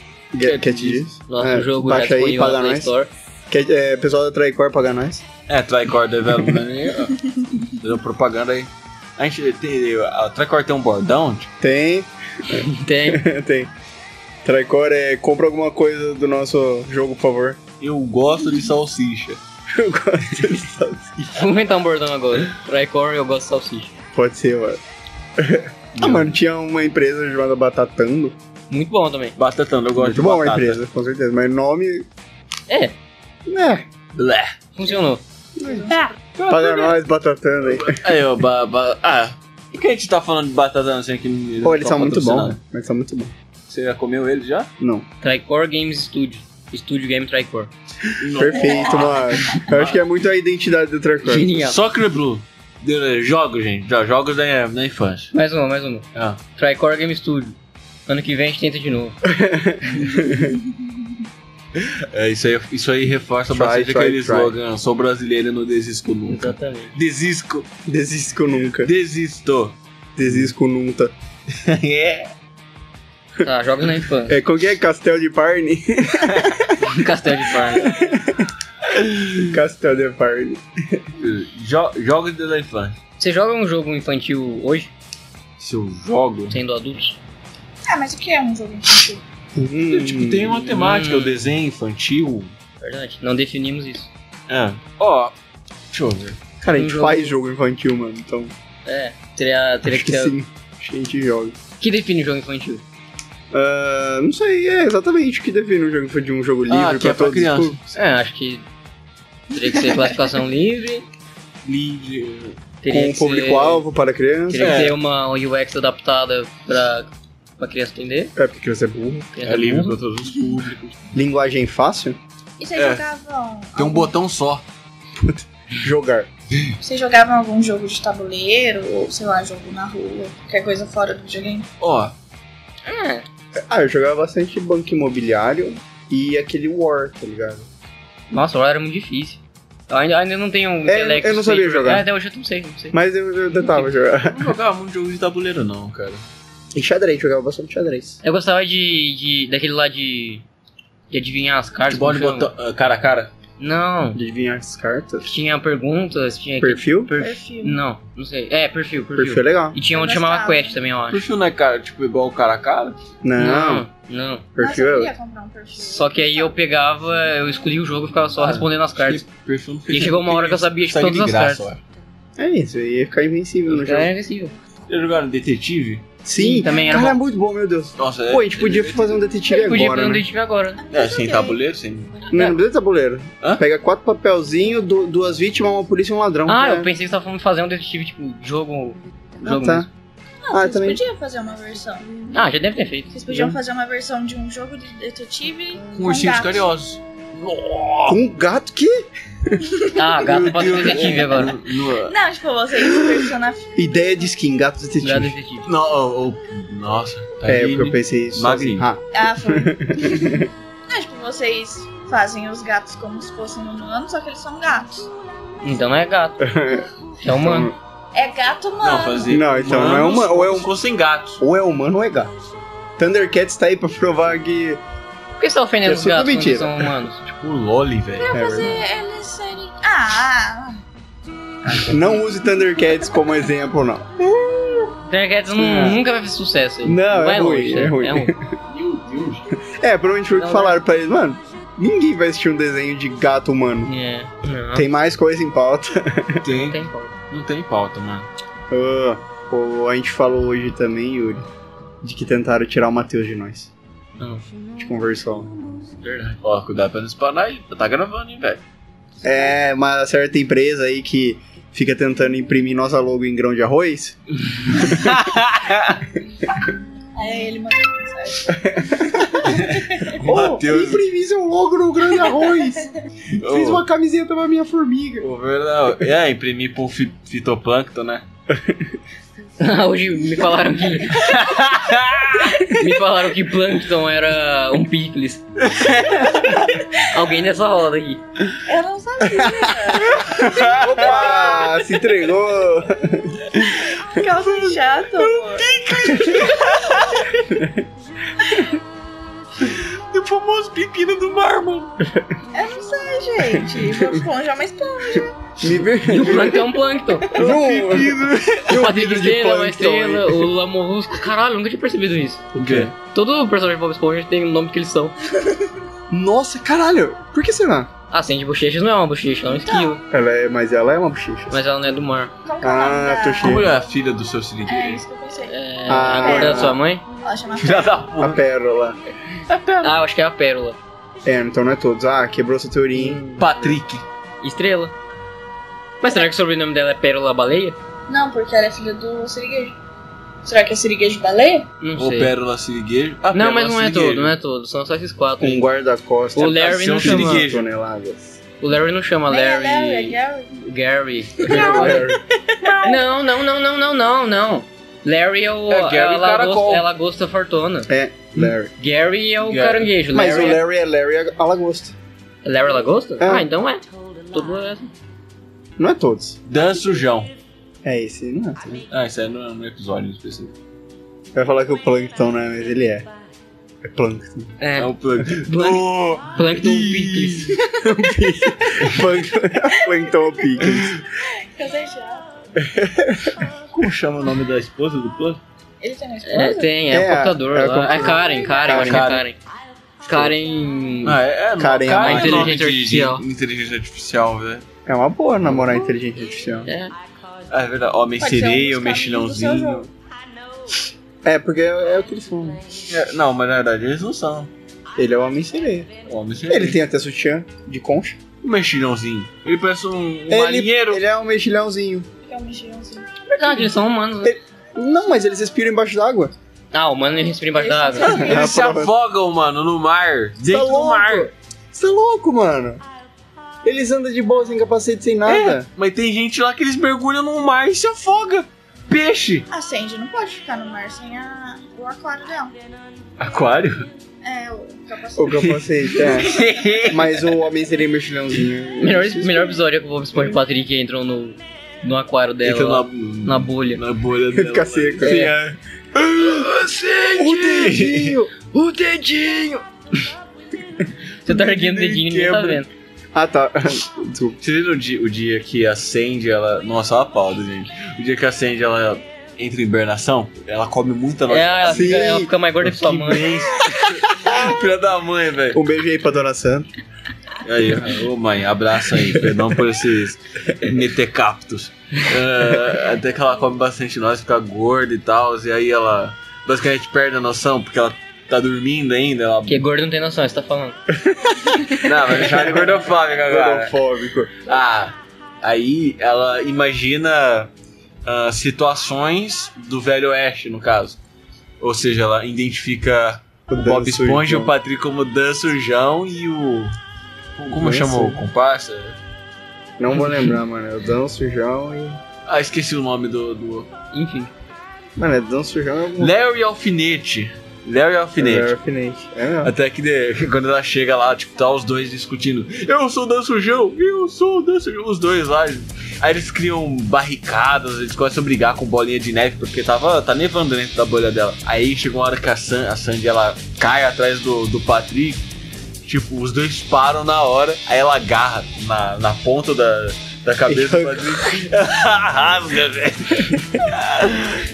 Speaker 4: Cat Diz.
Speaker 2: Nosso
Speaker 4: É,
Speaker 2: jogo já
Speaker 4: baixa aí,
Speaker 2: disponível
Speaker 4: paga
Speaker 2: na Play
Speaker 4: nós.
Speaker 2: Store.
Speaker 4: Cat- é, pessoal da Tricor pagar nós.
Speaker 3: É, Tricor Development. aí, ó. Deu propaganda aí. A gente tem. A Tricor tem um bordão? tipo,
Speaker 4: Tem,
Speaker 2: Tem.
Speaker 4: tem. Tricor é compra alguma coisa do nosso jogo, por favor.
Speaker 3: eu gosto de salsicha.
Speaker 4: Eu gosto de assim. salsicha.
Speaker 2: Vou inventar um bordão agora. Tricor, eu gosto de salsicha.
Speaker 4: Pode ser, mano. Ah, mano, tinha uma empresa chamada Batatando.
Speaker 2: Muito bom também.
Speaker 3: Batatando, eu gosto
Speaker 4: Muito
Speaker 3: de
Speaker 4: boa
Speaker 3: batata.
Speaker 4: a empresa, com certeza. Mas nome.
Speaker 2: É,
Speaker 4: É.
Speaker 3: Blé.
Speaker 2: funcionou.
Speaker 3: Ah,
Speaker 4: Paga
Speaker 3: né?
Speaker 4: nós, Batatando aí.
Speaker 3: Aí, ó, ba, ba- Ah, por que a gente tá falando de batata assim aqui?
Speaker 4: Pô, eles são muito bons, né? Eles são muito bons.
Speaker 3: Você já comeu ele já?
Speaker 4: Não.
Speaker 2: Tricor Games Studio. Studio Game Tricor.
Speaker 4: Perfeito, mano. Eu acho que é muito a identidade do Tricor.
Speaker 2: Genial.
Speaker 3: Só Criblu. de- Jogos, gente. jo- Jogos da, da infância.
Speaker 2: Mais uma, mais uma.
Speaker 3: Ah.
Speaker 2: Tricore Game Studio. Ano que vem a gente tenta de novo.
Speaker 3: É, isso, aí, isso aí reforça
Speaker 4: Try,
Speaker 3: bastante
Speaker 4: try,
Speaker 3: aquele
Speaker 4: try.
Speaker 3: slogan. Sou brasileiro e não desisco nunca.
Speaker 2: Exatamente.
Speaker 3: Desisco.
Speaker 4: Desisco nunca.
Speaker 3: Desisto.
Speaker 4: Desisco nunca. é.
Speaker 2: Tá, jogos na infância.
Speaker 4: é. Qual que é? Castelo de Parne?
Speaker 2: Castelo de Farm.
Speaker 4: Castelo de Parne.
Speaker 3: Eh, Jo- jogos da infância.
Speaker 2: Você joga um jogo infantil hoje,
Speaker 3: Se eu jogo.
Speaker 2: sendo adultos?
Speaker 1: Ah, mas o que é um jogo infantil?
Speaker 3: Eu, tipo, tem uma temática,
Speaker 2: Hum.
Speaker 3: o desenho infantil.
Speaker 2: Verdade. Não definimos isso.
Speaker 3: É. Ó, deixa eu ver.
Speaker 4: Cara, a
Speaker 2: Um
Speaker 4: gente
Speaker 2: jogo-
Speaker 4: faz jogo infantil, mano. Então,
Speaker 2: É, teria, teria
Speaker 4: acho
Speaker 2: que
Speaker 4: que
Speaker 2: ter.
Speaker 4: sim. Acho que a gente joga.
Speaker 2: Que define o jogo infantil?
Speaker 4: Ah, não sei, é exatamente o que define um jogo infantil, um jogo livre
Speaker 3: Ah, que é pra
Speaker 4: todos tipo, os
Speaker 3: criança.
Speaker 4: públicos.
Speaker 2: É, acho que teria que ser classificação livre,
Speaker 3: Lead.
Speaker 2: teria
Speaker 4: Com
Speaker 2: que ser,
Speaker 4: um público-alvo para criança.
Speaker 2: teria
Speaker 3: É.
Speaker 2: que ter uma UX adaptada pra, pra criança entender.
Speaker 4: É porque criança é burro.
Speaker 2: criança
Speaker 3: É livre
Speaker 2: burra.
Speaker 3: pra todos os públicos.
Speaker 4: Linguagem fácil?
Speaker 1: E vocês
Speaker 3: É.
Speaker 1: jogavam.
Speaker 3: Tem um
Speaker 1: algum-
Speaker 3: botão só.
Speaker 4: Jogar.
Speaker 1: Vocês jogavam algum jogo de tabuleiro, ou sei lá, jogo na rua, qualquer coisa fora do videogame?
Speaker 3: Ó,
Speaker 2: É,
Speaker 4: Ah, eu jogava bastante banco imobiliário e aquele War, tá ligado?
Speaker 2: nossa, o horário era muito difícil. Eu ainda, ainda não tenho um
Speaker 4: É,
Speaker 2: intelecto
Speaker 4: eu não sabia
Speaker 2: suficiente pra-
Speaker 4: jogar.
Speaker 2: É, até hoje eu não sei, não sei.
Speaker 4: Mas eu, eu tentava jogar.
Speaker 3: não jogava muito jogo de tabuleiro, não, cara.
Speaker 4: E xadrez, jogava bastante xadrez.
Speaker 2: Eu gostava de, de daquele lá de, de adivinhar as cartas.
Speaker 3: Futebol de
Speaker 2: como chama?
Speaker 3: botão. ah, Cara a cara.
Speaker 2: Não,
Speaker 4: Adivinhar as cartas.
Speaker 2: que tinha perguntas, tinha... É que-
Speaker 4: Perfil?
Speaker 1: Perfil.
Speaker 2: Não, não sei. É, perfil, perfil.
Speaker 4: Perfil é legal.
Speaker 2: E tinha um
Speaker 1: Eu
Speaker 2: que chamava
Speaker 1: gostava.
Speaker 2: quest também, eu acho.
Speaker 3: Por fio não é cara, tipo, igual o cara a cara?
Speaker 2: Ah.
Speaker 4: Não,
Speaker 2: não. não.
Speaker 4: perfil
Speaker 1: Nossa, eu
Speaker 4: é
Speaker 1: queria comprar um perfil.
Speaker 2: Só que aí eu pegava, eu escolhia o jogo e ficava só
Speaker 3: Ah,
Speaker 2: respondendo as cartas.
Speaker 3: Perfil não
Speaker 2: E chegou uma hora que eu sabia de
Speaker 3: Sangue
Speaker 2: todas as
Speaker 3: graça,
Speaker 2: cartas.
Speaker 4: É isso, eu ia ficar invencível no jogo.
Speaker 2: É agressivo.
Speaker 3: Vocês jogaram detetive?
Speaker 2: Sim, também era
Speaker 4: Cara, é muito bom, meu Deus.
Speaker 3: Nossa,
Speaker 4: Pô, a gente podia fazer um detetive
Speaker 2: Podia
Speaker 4: agora,
Speaker 2: fazer um
Speaker 4: né?
Speaker 2: detetive agora.
Speaker 1: Ah,
Speaker 2: né?
Speaker 3: É, sem tabuleiro, sem.
Speaker 4: Não, não precisa de tabuleiro.
Speaker 3: Hã?
Speaker 4: Pega quatro papelzinhos, du- duas vítimas, uma polícia e um ladrão.
Speaker 2: Ah,
Speaker 4: É.
Speaker 2: eu pensei que você tava falando de fazer um detetive, tipo, jogo.
Speaker 4: Ah,
Speaker 2: jogo
Speaker 4: tá.
Speaker 2: mesmo.
Speaker 1: Não,
Speaker 4: Ah,
Speaker 1: vocês
Speaker 4: também.
Speaker 1: podiam fazer uma versão.
Speaker 2: Ah, já deve ter feito.
Speaker 1: Vocês podiam
Speaker 4: Já.
Speaker 1: fazer uma versão de um jogo de detetive
Speaker 3: Hum? Com ursinhos
Speaker 1: gatos.
Speaker 3: carinhosos.
Speaker 4: Com um gato que?
Speaker 2: Ah, gato pode ser detetive agora.
Speaker 3: No-
Speaker 1: Não, tipo, vocês personificam.
Speaker 4: Ideia de skin, gato detetive.
Speaker 2: Gato é detetive.
Speaker 3: no- o- o- Nossa, tá
Speaker 4: É,
Speaker 3: lindo,
Speaker 4: porque eu
Speaker 3: hein?
Speaker 4: pensei isso.
Speaker 3: Magrinho.
Speaker 4: Ah,
Speaker 1: Ah, foi. Não, tipo, vocês fazem os gatos como se fossem humanos, só que eles são gatos.
Speaker 2: Então não é gato.
Speaker 4: Então,
Speaker 2: É humano.
Speaker 1: É gato humano.
Speaker 3: Não, fazer.
Speaker 4: Não, então, não é
Speaker 3: humanos
Speaker 4: uma- ou é
Speaker 3: como
Speaker 4: um-
Speaker 3: Se fossem gatos.
Speaker 4: ou é humano ou é gato. Thundercats tá aí pra provar que.
Speaker 2: Por que você tá ofendendo
Speaker 4: Eu
Speaker 2: os
Speaker 4: sinto
Speaker 2: gatos quando
Speaker 4: é mentira.
Speaker 2: são humanos?
Speaker 3: Tipo o Loli, velho.
Speaker 4: É
Speaker 1: Fazer
Speaker 4: verdade.
Speaker 1: eles serem. Ah,
Speaker 4: É, não use Thundercats como exemplo, não.
Speaker 2: Thundercats não, nunca vai fazer sucesso aí.
Speaker 4: Não, é
Speaker 2: vai
Speaker 4: ruim,
Speaker 2: longe,
Speaker 4: é
Speaker 2: né?
Speaker 4: ruim.
Speaker 3: Meu Deus.
Speaker 4: É, provavelmente foi o que
Speaker 2: Não, né?
Speaker 4: falaram pra eles, mano. Ninguém vai assistir um desenho de gato humano.
Speaker 2: É. Não,
Speaker 4: Tem mais coisa em pauta.
Speaker 2: não
Speaker 3: Tem,
Speaker 2: tem como.
Speaker 3: não tem pauta, mano.
Speaker 4: Ah, pô, a gente falou hoje também, Yuri, de que tentaram tirar o Matheus de nós.
Speaker 2: Não.
Speaker 4: A gente conversou.
Speaker 3: Verdade. Ó, cuidado pra não espanar aí. Tá gravando, hein, velho.
Speaker 4: É, uma certa empresa aí que fica tentando imprimir nossa logo em grão de arroz.
Speaker 1: ah. Aí ele mandou mensagem.
Speaker 4: Ô,
Speaker 3: Matheus.
Speaker 4: imprimi seu logo no grão de arroz. Fiz
Speaker 2: Oh.
Speaker 3: Ô,
Speaker 4: uma camiseta pra minha formiga.
Speaker 3: ô, verdade. É, imprimir pro fi- fitoplâncton, né?
Speaker 2: Hoje me falaram que. me falaram que Plankton era um picles. Alguém nessa roda aqui.
Speaker 1: Eu não sabia.
Speaker 4: Opa, Ah, se entregou.
Speaker 1: Calça chata, amor.
Speaker 3: O famoso pepino do mar, mano.
Speaker 1: Eu não sei, gente. Meu esponja é uma esponja.
Speaker 4: Me ver.
Speaker 2: E o Plankton é um Plankton. O Patrick
Speaker 4: vidro de
Speaker 2: Estrela é uma
Speaker 4: Plankton, hein?
Speaker 2: estrela, o Lula Molusco. Caralho, nunca tinha percebido isso.
Speaker 3: O quê?
Speaker 2: Todo personagem de Bob Esponja tem o nome que eles são.
Speaker 4: Nossa, caralho. Por que será?
Speaker 2: Ah, Sandy Bochechas não é uma bochecha, ela é um esquilo.
Speaker 4: Ela é, mas ela é uma bochecha.
Speaker 2: Mas ela não é do mar.
Speaker 1: Como que é o nome
Speaker 4: Ah,
Speaker 1: da-
Speaker 4: tô cheio.
Speaker 3: Como é a filha do seu
Speaker 1: É
Speaker 3: Sirigueiro?
Speaker 1: isso que eu pensei.
Speaker 2: É,
Speaker 4: Ah.
Speaker 2: a gorda da sua mãe?
Speaker 1: Ela chama
Speaker 3: Filha da puta.
Speaker 4: A pérola.
Speaker 2: Ah, eu acho que é a Pérola.
Speaker 4: É, então não é todos. Ah, quebrou sua teoria, hein?
Speaker 3: Patrick.
Speaker 2: Estrela. Mas será que o sobrenome dela é Pérola Baleia?
Speaker 1: Não, porque ela é filha do siriguejo. Será que é siriguejo baleia?
Speaker 2: Não
Speaker 3: Ou
Speaker 2: sei.
Speaker 3: Pérola Siriguejo. Ah,
Speaker 2: Não,
Speaker 3: Pérola
Speaker 2: mas não é
Speaker 3: Siriguejo.
Speaker 2: todo, não é todo. São só esses quatro.
Speaker 4: Um guarda-costas.
Speaker 2: O Larry
Speaker 4: São
Speaker 2: não
Speaker 3: chama.
Speaker 4: 15 toneladas.
Speaker 2: O Larry não chama
Speaker 1: Nem é
Speaker 2: Larry.
Speaker 1: Larry, é Gary.
Speaker 2: Gary. Não, não, não, não, não, não, não. Larry é o.
Speaker 3: É, Gary
Speaker 2: ela,
Speaker 3: Caracol.
Speaker 2: gosta, ela gosta fortuna.
Speaker 4: É, Larry.
Speaker 2: Gary é o
Speaker 3: Gary.
Speaker 2: caranguejo.
Speaker 4: Mas o
Speaker 2: Larry,
Speaker 4: Larry é Larry Alagosta.
Speaker 2: é... Larry ela gosta?
Speaker 4: É.
Speaker 2: Ah, então é. Tudo é.
Speaker 4: Não é todos.
Speaker 3: Dan Sujão.
Speaker 4: É esse, não é. também.
Speaker 3: Ah, isso aí não é um episódio específico.
Speaker 4: Vai falar que o Plankton, né? Mas ele é. É Plankton.
Speaker 2: É.
Speaker 3: É um plug.
Speaker 2: Plank-
Speaker 4: Oh,
Speaker 2: Plankton Pickles.
Speaker 4: Plankton, é Plankton Pickles.
Speaker 1: Casejado.
Speaker 3: Como chama o nome da esposa do plug?
Speaker 1: Ele tem uma
Speaker 2: É,
Speaker 1: esposa?
Speaker 2: tem, é,
Speaker 4: É,
Speaker 2: o computador
Speaker 4: é o
Speaker 2: lá.
Speaker 4: computador.
Speaker 2: É Karen, Karen, eu acho que é
Speaker 3: Karen.
Speaker 2: Karen. Karen.
Speaker 3: Ah, é, é
Speaker 4: Karen,
Speaker 3: Karen
Speaker 4: a
Speaker 3: é
Speaker 2: inteligência
Speaker 3: nome de-
Speaker 2: artificial.
Speaker 3: De, inteligência artificial, velho.
Speaker 4: É uma boa namorar inteligente artificial.
Speaker 2: É.
Speaker 3: Ah, é verdade. Homem
Speaker 1: Pode ser um dos
Speaker 3: sereia, homem
Speaker 1: caminhos do seu
Speaker 3: mexilhãozinho.
Speaker 4: É, porque é, é o que eles falam.
Speaker 3: É, não, mas na verdade eles não são.
Speaker 4: Ele é o homem sereia.
Speaker 3: Homem sereia.
Speaker 4: Ele tem até sutiã de concha.
Speaker 3: um mexilhãozinho. Ele parece um, um
Speaker 4: Ele,
Speaker 3: marinheiro.
Speaker 4: ele é um mexilhãozinho.
Speaker 1: Que é um mexilhãozinho.
Speaker 2: Verdade, eles são humanos, né?
Speaker 4: Não, mas eles respiram embaixo d'água.
Speaker 2: Ah, humano ele respira embaixo da água.
Speaker 3: Eles se
Speaker 4: Rapaz.
Speaker 3: afogam, mano, no mar. Dentro do
Speaker 4: Tá louco?
Speaker 3: mar.
Speaker 4: Você é louco, mano. Eles andam de boa, sem capacete, sem
Speaker 3: É,
Speaker 4: nada.
Speaker 3: mas tem gente lá que eles mergulham no mar e se afoga. Peixe.
Speaker 1: A Sandy não pode ficar no mar sem a, o aquário dela.
Speaker 3: Aquário?
Speaker 1: É, o capacete.
Speaker 4: O capacete, é. Mas o homem sereia mexilhãozinho.
Speaker 2: Melhor, melhor episódio é que o Bob Esponja e o Patrick entram no, no aquário dela,
Speaker 3: Entra
Speaker 2: lá,
Speaker 3: na,
Speaker 2: na bolha.
Speaker 3: na bolha dela. Ah,
Speaker 4: Fica seco. assim,
Speaker 2: É.
Speaker 4: O dedinho!
Speaker 3: O dedinho!
Speaker 2: Você tá erguendo o dedinho e ninguém tá vendo.
Speaker 4: Ah, tá. Desculpa.
Speaker 3: Você lembra o dia, o dia que a Sandy, ela... Nossa, ela pausa, gente. O dia que a Sandy, ela entra em hibernação, ela come muita
Speaker 2: É,
Speaker 3: nossa...
Speaker 2: ela
Speaker 4: Sim.
Speaker 2: fica, ela fica mais gorda que sua mãe.
Speaker 3: Filha da mãe, velho.
Speaker 4: Um beijo aí pra Dona Santa.
Speaker 3: Aí, ô mãe, abraço aí, perdão por esses metecaptos. É, até que ela come bastante nós, fica gorda e tal, e aí ela basicamente perde a noção, porque ela tá dormindo ainda. Ela...
Speaker 2: Porque gordo não tem noção, você tá falando.
Speaker 3: Não, vai deixar de gordofóbica agora.
Speaker 4: Gordofóbico.
Speaker 3: Ah, aí ela imagina ah, situações do Velho Oeste, no caso. Ou seja, ela identifica o
Speaker 4: Dan
Speaker 3: Bob Esponja,
Speaker 4: Sujão.
Speaker 3: o Patrick como Dan Sujão e o... Como
Speaker 4: Dan
Speaker 3: chamou o
Speaker 4: Sujão.
Speaker 3: comparsa?
Speaker 4: Não vou lembrar, mano. É o Dan Sujão e.
Speaker 3: Ah, esqueci o nome do. do...
Speaker 2: Enfim.
Speaker 4: Mano, é Dan Sujão e algum.
Speaker 3: Larry Alfinete. Larry
Speaker 4: É,
Speaker 3: Alfinete.
Speaker 4: alfinete. É mesmo.
Speaker 3: Até que né, quando ela chega lá, tipo, tá os dois discutindo. Eu sou o Dan Sujão, eu sou o Dan Sujão. Os dois lá. Aí eles criam barricadas, eles começam a brigar com bolinha de neve, porque tava, tá nevando dentro da bolha dela. Aí chega uma hora que a, San, a Sandy ela cai atrás do, do Patrick. Tipo, os dois param na hora, aí ela agarra na, na ponta da, da cabeça do Patrick. Ah, Ela rasga, velho.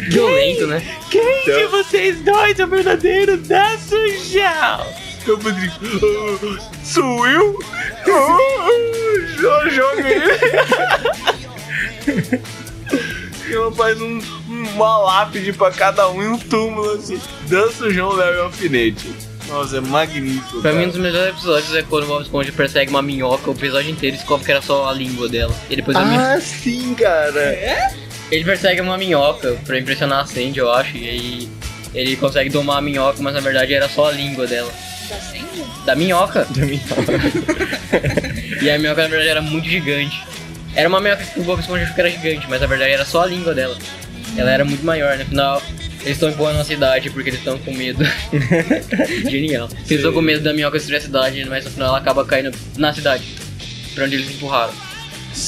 Speaker 2: Violento, né?
Speaker 3: Quem de vocês dois é o verdadeiro da sujão? Eu, Patrick, Então, ah, sou eu? Ah, Joguei. Ela faz um, uma lápide pra cada um e um túmulo assim. Dan sujão, Léo e alfinete. Nossa, é magnífico.
Speaker 2: Pra
Speaker 3: cara.
Speaker 2: mim, um dos melhores episódios é quando o Bob Esponja persegue uma minhoca o episódio inteiro e descobre que era só a língua dela. E depois a minhoca.
Speaker 4: Ah, sim, cara.
Speaker 2: Ele persegue uma minhoca pra impressionar a Sandy, eu acho, e aí ele consegue domar a minhoca, mas na verdade era só a língua dela.
Speaker 1: Da Sandy?
Speaker 2: Da minhoca. Da minhoca. e a minhoca na verdade era muito gigante. Era uma minhoca que o Bob Esponja achou que era gigante, mas na verdade era só a língua dela. Ela era muito maior, né? no final eles estão empurrando a cidade porque eles estão com medo. Genial. Eles estão com medo da minhoca destruir a cidade, mas no final ela acaba caindo na cidade. Pra onde eles empurraram.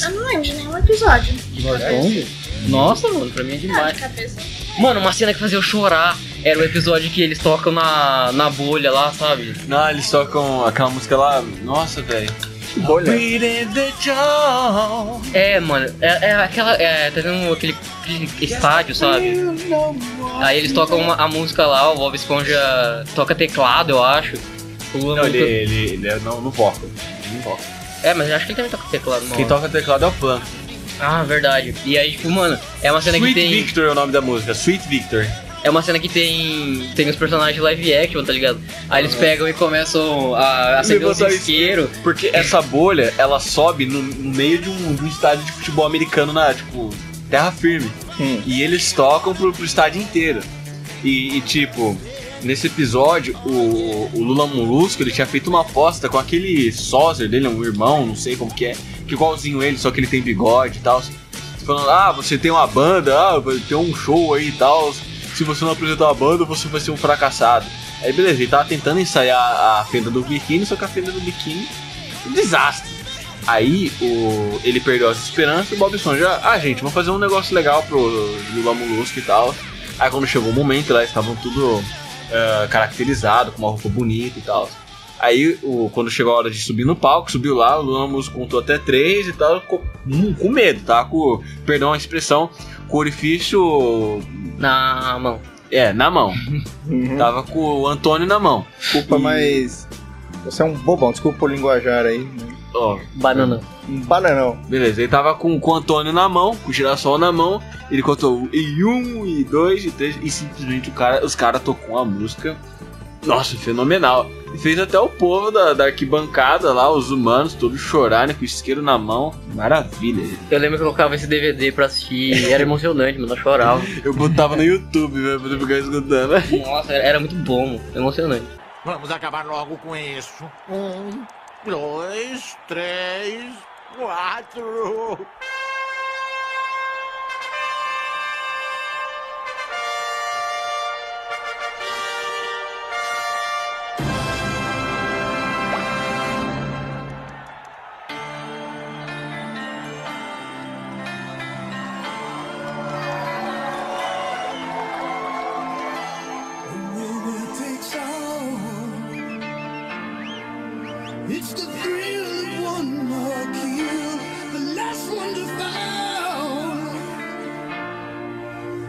Speaker 1: Eu não lembro de nenhum episódio.
Speaker 2: Nossa, mano, pra mim é
Speaker 1: Ah,
Speaker 2: demais.
Speaker 1: de cabeça.
Speaker 2: Mano, uma cena que fazia eu chorar era o episódio que eles tocam na, na bolha lá, sabe?
Speaker 3: Não, eles tocam aquela música lá. Nossa, velho.
Speaker 4: Bolha.
Speaker 3: Breathing the dawn.
Speaker 2: É, mano, é, é aquela. É, tá vendo aquele, aquele estádio, sabe? Aí eles tocam uma- a música lá, o Bob Esponja toca teclado, eu acho. Pula a
Speaker 3: Não, ele,
Speaker 2: música-
Speaker 3: ele, ele é no, no vocal. Ele não toca.
Speaker 2: É, mas eu acho que ele também toca teclado,
Speaker 3: Quem
Speaker 2: mano.
Speaker 3: toca teclado é o Plano.
Speaker 2: Ah, verdade. E aí, tipo, mano, é uma cena
Speaker 3: Sweet
Speaker 2: que tem.
Speaker 3: Victor é o nome da música, Sweet Victor.
Speaker 2: É uma cena que tem. Tem os personagens live action, tá ligado? Aí eles pegam e começam a acender os
Speaker 3: Uhum. Levantar o
Speaker 2: isqueiro.
Speaker 3: Porque essa bolha, ela sobe no, no meio de um, de um estádio de futebol americano na, tipo, terra firme.
Speaker 4: Hum.
Speaker 3: E eles tocam pro, pro estádio inteiro. E, e, tipo, Nesse episódio, o, o Lula Molusco ele tinha feito uma aposta com aquele sócio dele, um irmão, não sei como que é, que igualzinho ele, só que ele tem bigode e tal. Falando, ah, você tem uma banda, ah, tem um show aí e tal. Se você não apresentar a banda, você vai ser um fracassado. Aí beleza, ele tava tentando ensaiar a fenda do biquíni, só que a fenda do biquíni, um desastre. Aí o, ele perdeu as esperanças e o Bob Esponja, ah gente, vamos fazer um negócio legal pro Lula Molusco e tal. Aí quando chegou o momento, lá eles estavam tudo ah, caracterizado, com uma roupa bonita e tal. Aí o, quando chegou a hora de subir no palco, subiu lá, o Lula Molusco contou até três e tal, ficou hum, com medo, tá? Com, perdão a expressão, com o orifício
Speaker 2: Na mão.
Speaker 3: é, na mão.
Speaker 4: Uhum. Tá.
Speaker 3: Tava com o Antônio na mão.
Speaker 4: hum. Desculpa, mas. Você é um bobão, desculpa o linguajar aí.
Speaker 3: Ó,
Speaker 2: Banana.
Speaker 4: Um bananão.
Speaker 3: beleza. Ele tava com, com o Antônio na mão, com o girassol na mão. Ele contou um, e um, e dois, e três. E simplesmente o cara, os caras tocou a música. Nossa, fenomenal. E fez até o povo da, da arquibancada lá, os humanos, todos chorarem né, com o isqueiro na mão. Maravilha.
Speaker 2: Eu lembro que eu colocava esse DVD pra assistir, era emocionante, mano, eu chorava.
Speaker 3: Eu botava no YouTube, velho, pra não ficar escutando.
Speaker 2: Nossa, era era muito bom, mano, emocionante.
Speaker 8: Vamos acabar logo com isso. Um, dois, três, quatro.
Speaker 9: It's the thrill of one more kill, the last one to fall.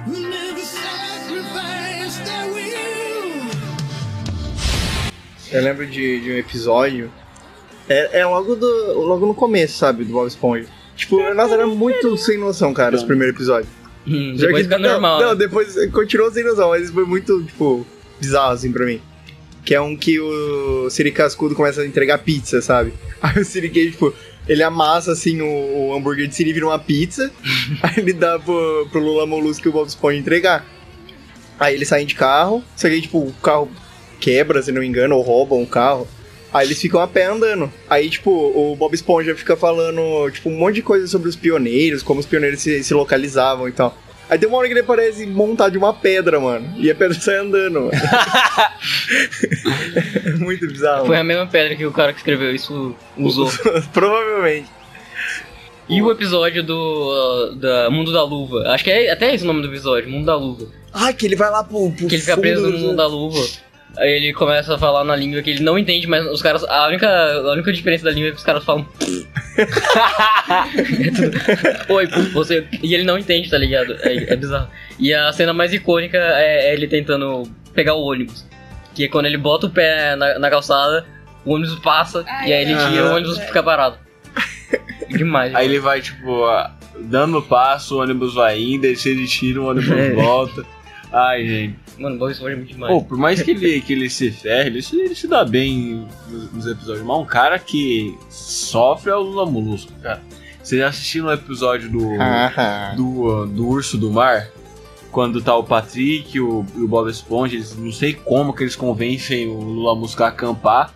Speaker 9: We'll never sacrifice their will.
Speaker 4: Eu lembro de, de um episódio. É, é logo, do, logo no começo, sabe, do Bob Esponja. Tipo, nós era muito sem noção, cara, esse primeiro episódio.
Speaker 2: Hum,
Speaker 4: Já
Speaker 2: depois
Speaker 4: que-
Speaker 2: fica
Speaker 4: não,
Speaker 2: normal.
Speaker 4: Não,
Speaker 2: né?
Speaker 4: depois continuou sem noção, mas foi muito, tipo, bizarro, assim, pra mim. Que é um que o Siri Cascudo começa a entregar pizza, sabe? Aí o Siri Cage, tipo, ele amassa, assim, o, o hambúrguer de Siri vira uma pizza. aí ele dá pro, pro Lula Molusco e o Bob Esponja entregar. Aí eles saem de carro, só que aí, tipo, o carro quebra, se não me engano, ou roubam o carro. Aí eles ficam a pé andando. Aí, tipo, o Bob Esponja fica falando, tipo, um monte de coisa sobre os pioneiros, como os pioneiros se, se localizavam e tal. Aí tem uma hora que ele parece montar de uma pedra, mano. E a pedra sai andando, mano. é muito bizarro.
Speaker 2: Foi a mesma pedra que o cara que escreveu isso usou.
Speaker 4: Provavelmente.
Speaker 2: E o episódio do ah, da Mundo da Luva. Acho que é até esse o nome do episódio, Mundo da Luva.
Speaker 4: Ah, que ele vai lá pro. pro
Speaker 2: Que ele fica
Speaker 4: fundo
Speaker 2: preso no
Speaker 4: do-
Speaker 2: mundo da luva. Aí ele começa a falar na língua que ele não entende, mas os caras. A única, a única diferença da língua é que os caras falam. É tudo, Oi, pô, você. E ele não entende, tá ligado? É, é bizarro. E a cena mais icônica é ele tentando pegar o ônibus. Que é quando ele bota o pé na, na calçada, o ônibus passa, e aí ele tira o ônibus fica parado. Demais.
Speaker 3: Aí ele vai, tipo, ah, dando passo, o ônibus vai indo, aí se ele tira, o ônibus
Speaker 2: É.
Speaker 3: volta. Ai, gente.
Speaker 2: Mano, Bob Esponja é muito demais.
Speaker 3: Pô, por mais que ele, que ele se ferre, ele se, ele se dá bem nos, nos episódios. Mas um cara que sofre é o Lula Molusco, cara. Vocês já assistiram o episódio do,
Speaker 4: Ah,
Speaker 3: do, uh, do Urso do Mar? Quando tá o Patrick e o, e o Bob Esponja, eles não sei como que eles convencem o Lula Molusco a acampar.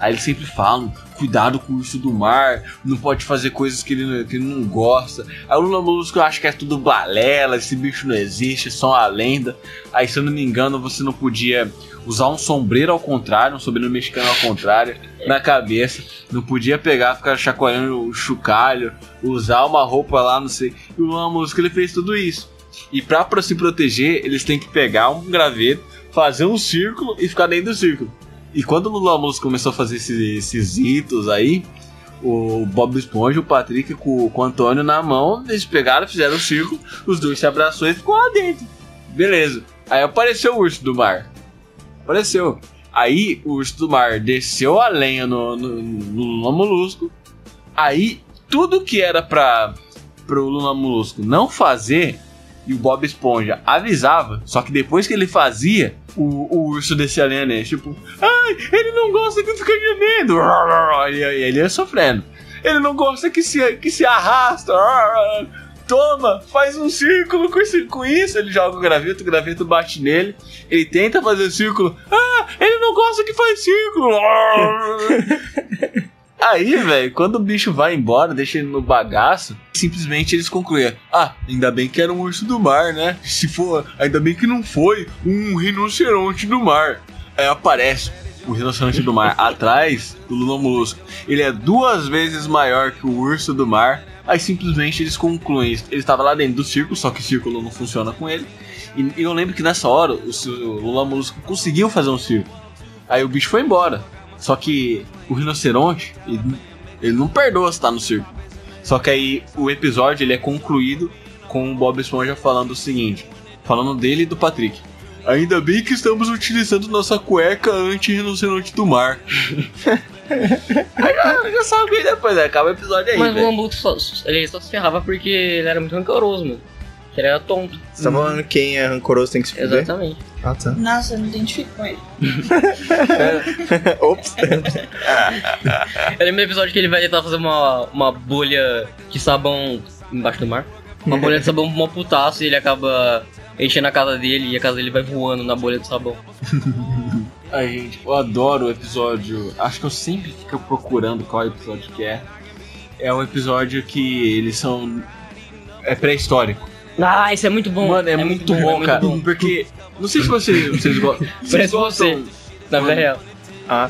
Speaker 3: Aí eles sempre falam, cuidado com o urso do mar, não pode fazer coisas que ele, não- que ele não gosta. Aí o Lula Molusco acha que é tudo balela, esse bicho não existe, é só uma lenda. Aí, se eu não me engano, você não podia usar um sombreiro ao contrário, um sombreiro mexicano ao contrário, na cabeça. Não podia pegar, ficar chacoalhando o chocalho, usar uma roupa lá, não sei. E o Lula Molusco, ele fez tudo isso. E pra, pra se proteger, eles têm que pegar um graveto, fazer um círculo e ficar dentro do círculo. E quando o Lula Molusco começou a fazer esses, esses hitos aí, o Bob Esponja, o Patrick com, com o Antônio na mão, eles pegaram, fizeram o círculo, os dois se abraçaram e ficou lá dentro. Beleza. Aí apareceu o urso do mar. Apareceu. Aí o urso do mar desceu a lenha no, no, no Lula Molusco. Aí tudo que era pra pro Lula Molusco não fazer e o Bob Esponja avisava, só que depois que ele fazia, o, o urso descia a lenha nele. Tipo, ai, ele não gosta que fica de medo. E ele ia sofrendo. Ele não gosta que se, que se arrasta. Toma, faz um círculo com isso, com isso. Ele joga o graveto, o graveto bate nele. Ele tenta fazer círculo. Ah, ele não gosta que faz círculo. Aí, velho, quando o bicho vai embora, deixa ele no bagaço, simplesmente eles concluem: Ah, ainda bem que era um urso do mar, né? Se for, ainda bem que não foi um rinoceronte do mar. Aí aparece o rinoceronte do mar atrás do Lula Molusco. Ele é duas vezes maior que o urso do mar. Aí simplesmente eles concluem: Ele estava lá dentro do círculo, só que o círculo não funciona com ele. E, e eu lembro que nessa hora o, o Lula Molusco conseguiu fazer um círculo. Aí o bicho foi embora. Só que o rinoceronte, ele, ele não perdoa estar no circo. Só que aí o episódio ele é concluído com o Bob Esponja falando o seguinte: falando dele e do Patrick. Ainda bem que estamos utilizando nossa cueca anti-rinoceronte do mar. aí já, já sabe, né? Pois é, acaba o episódio aí.
Speaker 2: Mas o
Speaker 3: velho.
Speaker 2: Lambuto só, ele só se ferrava porque ele era muito rancoroso, mano. Que ele era tonto.
Speaker 10: Você tá falando que quem é rancoroso tem que se fuder?
Speaker 2: Exatamente.
Speaker 10: Ah, tá.
Speaker 1: Nossa, eu me identifico com ele.
Speaker 10: Ops.
Speaker 2: Eu lembro do episódio que ele vai tentar fazer uma, uma bolha de sabão embaixo do mar. Uma bolha de sabão mó putaço e ele acaba enchendo a casa dele e a casa dele vai voando na bolha de sabão.
Speaker 3: Ai, gente, eu adoro o episódio. Acho que eu sempre fico procurando qual episódio que é. É um episódio que eles são. É pré-histórico.
Speaker 2: Ah, isso é muito bom.
Speaker 3: Mano, é, muito, bom,
Speaker 2: é muito
Speaker 3: cara.
Speaker 2: bom.
Speaker 3: Porque. Não sei se vocês, vocês gostam. Vocês
Speaker 2: Parece
Speaker 3: gostam,
Speaker 2: Na vida real.
Speaker 10: Ah,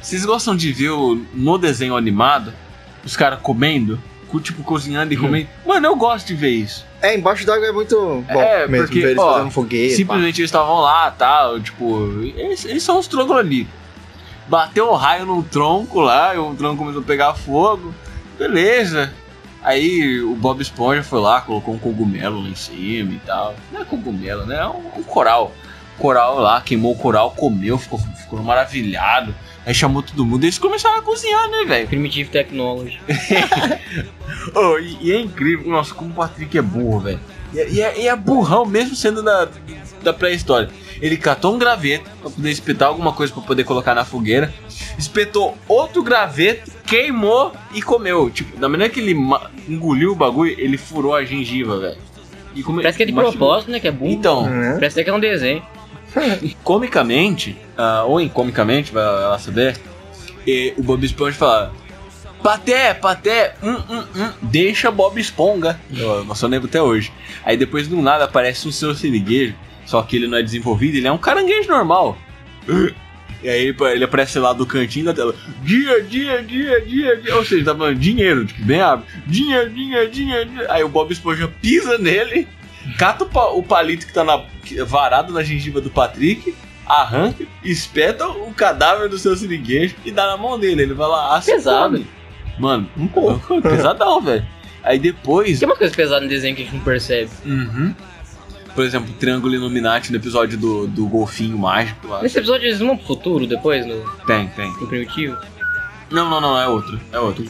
Speaker 3: vocês gostam de ver o- no desenho animado os caras comendo? co- Tipo, cozinhando e comendo. Mano, eu gosto de ver isso.
Speaker 10: É, embaixo d'água é muito bom
Speaker 3: É,
Speaker 10: mesmo,
Speaker 3: porque,
Speaker 10: ver eles
Speaker 3: ó,
Speaker 10: fazendo fogueira.
Speaker 3: Simplesmente eles estavam lá, tal, tipo, eles, eles são uns trogloditas. Bateu um raio num tronco lá, e o tronco começou a pegar fogo, beleza. Aí o Bob Esponja foi lá, colocou um cogumelo lá em cima e tal. Não é cogumelo, né? É um, um coral. Coral lá, queimou o coral, comeu, ficou, ficou maravilhado. Aí chamou todo mundo e eles começaram a cozinhar, né, velho?
Speaker 2: Primitive Technology.
Speaker 3: Oh, e, e é incrível, nossa, como o Patrick é burro, velho. E, é- e é, e é burrão mesmo sendo da, da pré-história. Ele catou um graveto pra poder espetar alguma coisa pra poder colocar na fogueira, espetou outro graveto, queimou e comeu. Tipo, da maneira que ele ma- engoliu o bagulho, ele furou a gengiva, velho. E come-
Speaker 2: Parece que é de
Speaker 3: mastigou.
Speaker 2: propósito, né? Que é burro.
Speaker 3: Então,
Speaker 10: Né?
Speaker 2: Parece até que é um desenho.
Speaker 3: comicamente, ah, ou incomicamente, vai lá saber, e o Bob Esponja fala: Paté, paté, hum, hum, hum, deixa Bob Esponja. Eu, eu só lembro até hoje. Aí depois do nada aparece um seu siriguejo, só que ele não é desenvolvido, ele é um caranguejo normal. E aí ele- ele aparece lá do cantinho da tela. Dia, dia, dia, dia, dia. Ou seja, tá falando dinheiro, tipo, bem rápido. Dinheiro, dinheiro, dinheiro. dinheiro. Aí o Bob Esponja pisa nele, cata o, pa- o palito que tá na, que- varado na gengiva do Patrick, arranca, espeta o cadáver do seu siriguejo e dá na mão dele. Ele vai lá, assa e
Speaker 2: Pesado.
Speaker 3: come. Mano, um pouco. Pesadão, velho. Aí depois.
Speaker 2: Tem uma coisa pesada no desenho que a gente não percebe.
Speaker 3: Uhum. Por exemplo, o Triângulo Illuminati no episódio do, do Golfinho Mágico lá.
Speaker 2: Nesse episódio eles vão pro futuro depois, no,
Speaker 3: Tem, tem.
Speaker 2: no primitivo.
Speaker 3: Não, não, não, é outro. É outro.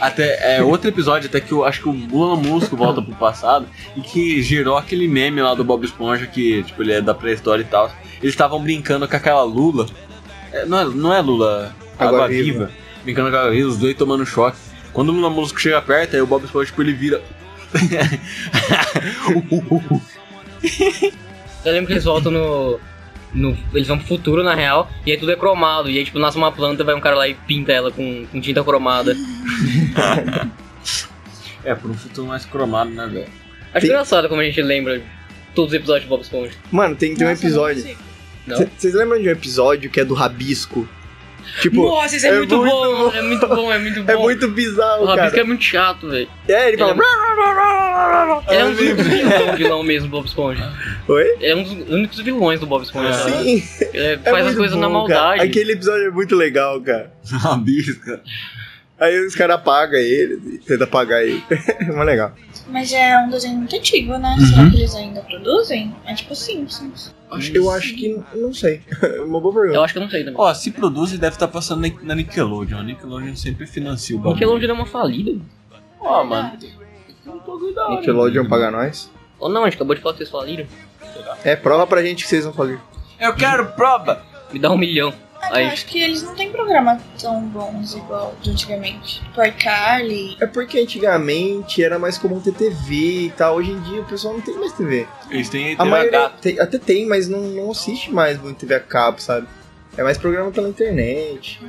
Speaker 3: Até, é outro episódio, até que eu acho que o Lula Musco volta pro passado e que gerou aquele meme lá do Bob Esponja que, tipo, ele é da pré-história e tal. Eles estavam brincando com aquela Lula. É, não, é, não é Lula, Água,
Speaker 10: Água
Speaker 3: viva.
Speaker 10: Viva.
Speaker 3: Brincando com a Água Viva, os dois tomando choque. Quando o Lula Musco chega perto, aí o Bob Esponja, tipo, ele vira.
Speaker 2: Eu lembro que eles voltam no, no- Eles vão pro futuro, na real, e aí tudo é cromado. E aí, tipo, nasce uma planta, vai um cara lá e pinta ela com, com tinta cromada.
Speaker 3: é, por um futuro mais cromado, né, velho?
Speaker 2: Acho
Speaker 10: Tem-
Speaker 2: engraçado como a gente lembra todos os episódios de Bob Esponja.
Speaker 10: Mano, tem, tem um
Speaker 1: Nossa, eu não
Speaker 10: episódio.
Speaker 1: consigo.
Speaker 2: Não?
Speaker 10: Vocês lembram de um episódio que é do rabisco? Tipo,
Speaker 2: Nossa, isso é,
Speaker 10: é
Speaker 2: muito,
Speaker 10: muito
Speaker 2: bom, mano, é muito bom, é muito bom.
Speaker 10: é muito bizarro,
Speaker 2: O Rabisco
Speaker 10: cara.
Speaker 2: é muito chato, velho.
Speaker 10: É, ele
Speaker 2: Ele, é-
Speaker 10: fala.
Speaker 2: ele é um dos únicos vilões do vilão mesmo do Bob Esponja.
Speaker 10: Oi?
Speaker 2: Ele é um dos únicos vilões do Bob Esponja. cara.
Speaker 10: Sim,
Speaker 2: Ele
Speaker 10: é
Speaker 2: Ah, faz as
Speaker 10: muito
Speaker 2: coisas na
Speaker 10: bom,
Speaker 2: maldade.
Speaker 10: Cara. Aquele episódio é muito legal, cara.
Speaker 3: Uma bisca.
Speaker 10: Aí os caras apagam ele, tenta apagar ele. É mó legal.
Speaker 1: Mas é um desenho muito antigo, né? Será que eles ainda produzem? É tipo Simpsons.
Speaker 10: Acho- Eu acho que. Não sei. Uma boa pergunta.
Speaker 2: Eu acho que eu não sei também.
Speaker 3: Ó, se produz e deve estar passando na- na Nickelodeon. A Nickelodeon sempre financia o bagulho.
Speaker 2: Nickelodeon é uma falida.
Speaker 1: Ah,
Speaker 3: Ó, mano.
Speaker 10: Nickelodeon paga nós.
Speaker 2: Ou não, a gente acabou de falar que vocês faliram.
Speaker 10: É, prova pra gente que vocês vão fazer.
Speaker 3: Eu quero prova!
Speaker 2: Me dá um milhão.
Speaker 1: Mas eu
Speaker 2: Aí-
Speaker 1: acho que eles não têm programa tão bons igual de antigamente. Tipo, iCarly.
Speaker 4: É porque antigamente era mais comum ter TV e tal. Hoje em dia o pessoal não tem mais TV.
Speaker 3: Eles têm
Speaker 4: A
Speaker 3: tem uma
Speaker 4: maioria
Speaker 3: gata.
Speaker 4: tem- até tem, mas não, não assiste mais muito TV a cabo, sabe? É mais programa pela internet.
Speaker 2: E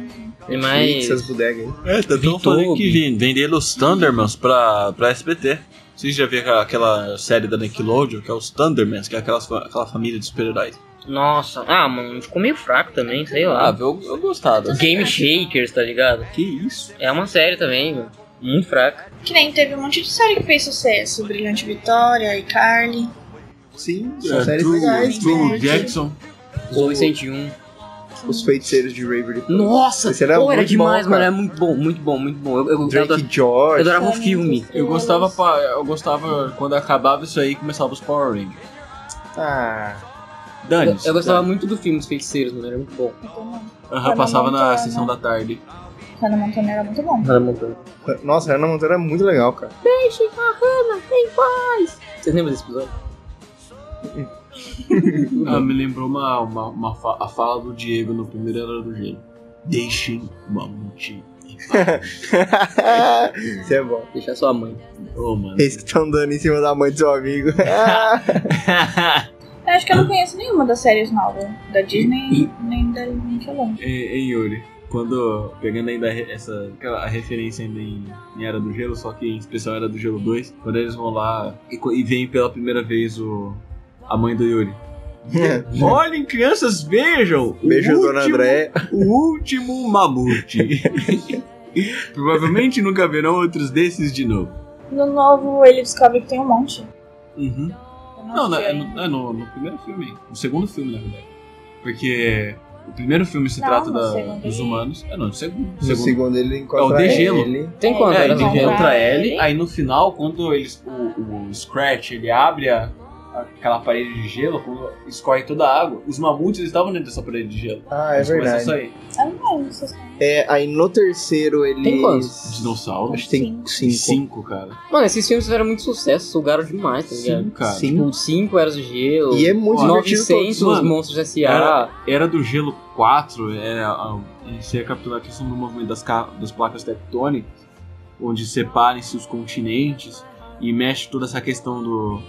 Speaker 4: Netflix,
Speaker 2: mais.
Speaker 4: essas bodegas aí.
Speaker 3: É, tá tão
Speaker 2: Vitor.
Speaker 3: falando que vem- venderam os Thundermans pra, pra SBT. Vocês já viram aquela série da Nickelodeon, que é os Thundermans, que é aquelas, fa- aquela família de super-heróis.
Speaker 2: Nossa, ah, mano, ficou meio fraco também, sei
Speaker 3: Ah,
Speaker 2: lá.
Speaker 3: eu, eu gostava.
Speaker 2: Game Shakers, tá ligado?
Speaker 3: Que isso?
Speaker 2: É uma série também, mano. Muito fraca.
Speaker 1: Que nem teve um monte de série que fez sucesso. Brilhante Vitória, iCarly.
Speaker 4: Sim, são
Speaker 3: É,
Speaker 4: séries
Speaker 3: True-
Speaker 4: legais, né?
Speaker 3: True
Speaker 4: bem divertidas.
Speaker 3: Jackson.
Speaker 2: Zoe 101.
Speaker 4: Os feiticeiros de Waverly.
Speaker 2: Nossa,
Speaker 4: Esse era
Speaker 2: pô, era
Speaker 4: muito
Speaker 2: demais, mano.
Speaker 4: bom, cara.
Speaker 2: Era muito bom, muito bom, muito bom. Eu, eu, eu, adorava-
Speaker 4: Drake
Speaker 2: eu
Speaker 4: George.
Speaker 2: adorava o filme.
Speaker 3: Eu gostava, pa- eu gostava quando acabava isso aí e começava os Power Rangers.
Speaker 4: Ah,
Speaker 2: Eu,
Speaker 3: Dane-se.
Speaker 2: eu gostava muito do filme dos feiticeiros, mano. Era muito bom.
Speaker 3: Aham, passava
Speaker 1: Hannah
Speaker 3: na
Speaker 1: Montana.
Speaker 3: sessão da tarde.
Speaker 1: Hannah Montana era muito bom.
Speaker 2: Hannah Montana.
Speaker 4: nossa, Hannah Montana era muito legal, cara.
Speaker 2: Vocês lembram desse episódio?
Speaker 4: Uhum.
Speaker 3: Ah, me lembrou uma, uma, uma fa- a fala do Diego no primeiro Era do Gelo. Deixem o mamute.
Speaker 4: Isso é bom.
Speaker 2: Deixar sua mãe.
Speaker 3: Ô, mano.
Speaker 4: Eles que estão dando em cima da mãe do seu amigo.
Speaker 1: Eu acho que eu não conheço nenhuma das séries novas. Da Disney, nem da Nickelodeon.
Speaker 3: em, em Yuri. Quando, pegando ainda re- essa aquela- a referência ainda em, em Era do Gelo, só que em especial Era do Gelo 2, quando eles vão lá e, co- e veem pela primeira vez o, a mãe do Yuri. Olhem, crianças, vejam! o
Speaker 4: Uhum. Beijo, Dona
Speaker 3: último-
Speaker 4: André.
Speaker 3: O último mamute. Provavelmente nunca verão outros desses de novo.
Speaker 1: No novo, ele descobre que tem um monte.
Speaker 3: Uhum.
Speaker 1: Eu
Speaker 3: Não, não,
Speaker 1: assisti
Speaker 3: é
Speaker 1: ainda.
Speaker 3: no, é no- no primeiro filme. No segundo filme, na verdade. Porque o primeiro filme se
Speaker 1: Não,
Speaker 3: trata
Speaker 1: no
Speaker 3: da-
Speaker 1: segundo
Speaker 3: dos
Speaker 1: ele-
Speaker 3: humanos. É, não, no segundo.
Speaker 4: No segundo ele
Speaker 3: É o
Speaker 4: encontra
Speaker 3: de gelo.
Speaker 4: ele.
Speaker 2: Tem
Speaker 1: É,
Speaker 2: quanto?
Speaker 3: É,
Speaker 2: Era um
Speaker 3: ele
Speaker 1: Não,
Speaker 2: do-
Speaker 1: não.
Speaker 3: encontra ele, aí no final, quando eles, o, o Scratch ele abre a- aquela parede de gelo, quando escorre toda a água, os mamutes eles estavam dentro dessa parede de gelo.
Speaker 4: Ah, é
Speaker 3: Eles começam a
Speaker 4: verdade.
Speaker 3: sair.
Speaker 1: Ah, não, não sei se-
Speaker 4: É, aí no terceiro eles...
Speaker 2: Tem quantos?
Speaker 3: Os dinossauros.
Speaker 4: Acho que tem
Speaker 3: Cinco.
Speaker 4: cinco.
Speaker 3: cara.
Speaker 2: Mano, esses filmes fizeram muito sucesso, sugaram demais, tá ligado?
Speaker 3: Cinco, cara.
Speaker 4: Cinco.
Speaker 2: Tipo, 5 Eras do Gelo.
Speaker 4: E é muito divertido
Speaker 2: 900
Speaker 3: todos,
Speaker 2: os
Speaker 3: mano.
Speaker 2: Monstros S.A.
Speaker 3: Era- Era do Gelo 4, era a, se recapitular a questão do movimento das, ca- das placas tectônicas, onde separem-se os continentes e mexe toda essa questão do.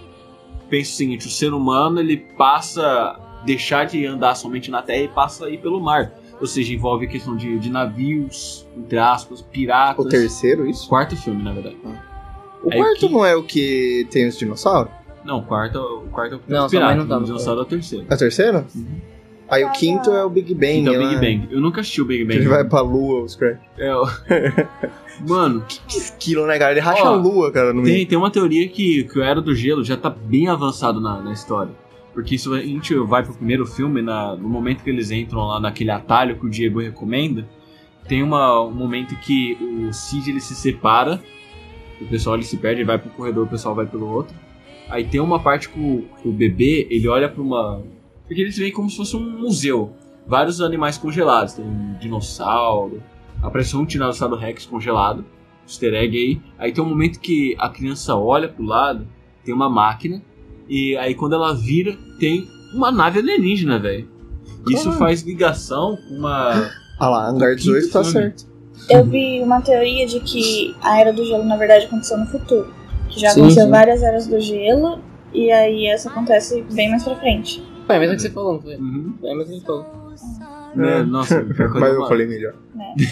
Speaker 3: Pensa o seguinte: o ser humano ele passa a deixar de andar somente na terra e passa a ir pelo mar. Ou seja, envolve a questão de, de navios, entre aspas, piratas.
Speaker 4: O terceiro, isso?
Speaker 3: Quarto filme, na verdade.
Speaker 4: O
Speaker 3: Aí
Speaker 4: quarto
Speaker 3: que-
Speaker 4: não é o que tem os dinossauros?
Speaker 3: Não, o quarto, o quarto é o
Speaker 2: Não,
Speaker 3: não,
Speaker 2: sua mãe
Speaker 3: pirata,
Speaker 2: não tá
Speaker 3: o
Speaker 2: no
Speaker 3: dinossauro é o terceiro.
Speaker 4: É o terceiro? Aí o quinto é o Big Bang.
Speaker 3: Então, Big
Speaker 4: lá,
Speaker 3: Bang. Eu nunca assisti o Big
Speaker 4: que
Speaker 3: Bang.
Speaker 4: Ele vai pra lua, os caras.
Speaker 3: É, o- Mano,
Speaker 4: Que esquilo, né, cara? Ele racha
Speaker 3: Ó,
Speaker 4: a lua, cara, no meio.
Speaker 3: Tem, tem uma teoria que, que o Era do Gelo já tá bem avançado na, na história. Porque isso a gente vai pro primeiro filme, na- no momento que eles entram lá naquele atalho que o Diego recomenda, tem uma- um momento que o Cid ele se separa, o pessoal ele se perde, ele vai pro corredor, o pessoal vai pelo outro. Aí tem uma parte que o, que o bebê, ele olha pra uma. Porque eles veem como se fosse um museu. Vários animais congelados. Tem um dinossauro. Apareceu um Tiranossauro Rex congelado. Easter egg aí. Aí tem um momento que a criança olha pro lado, tem uma máquina. E aí quando ela vira, tem uma nave alienígena, velho. Isso faz ligação com uma.
Speaker 4: Ah lá, Hangar 18 tá
Speaker 3: Quinto filme.
Speaker 4: certo.
Speaker 1: Eu
Speaker 2: Uhum.
Speaker 1: vi uma teoria de que a Era do Gelo, na verdade, aconteceu no futuro. Que já
Speaker 2: Sim,
Speaker 1: aconteceu
Speaker 2: sim.
Speaker 1: várias Eras do Gelo, e aí essa acontece bem mais pra frente.
Speaker 2: Pô, É mesmo que você falou, não foi? É
Speaker 3: Uhum.
Speaker 2: mesmo que você falou.
Speaker 1: Ah.
Speaker 3: Né? Nossa, pior que
Speaker 4: Mas
Speaker 3: eu
Speaker 4: eu falei melhor.
Speaker 3: É,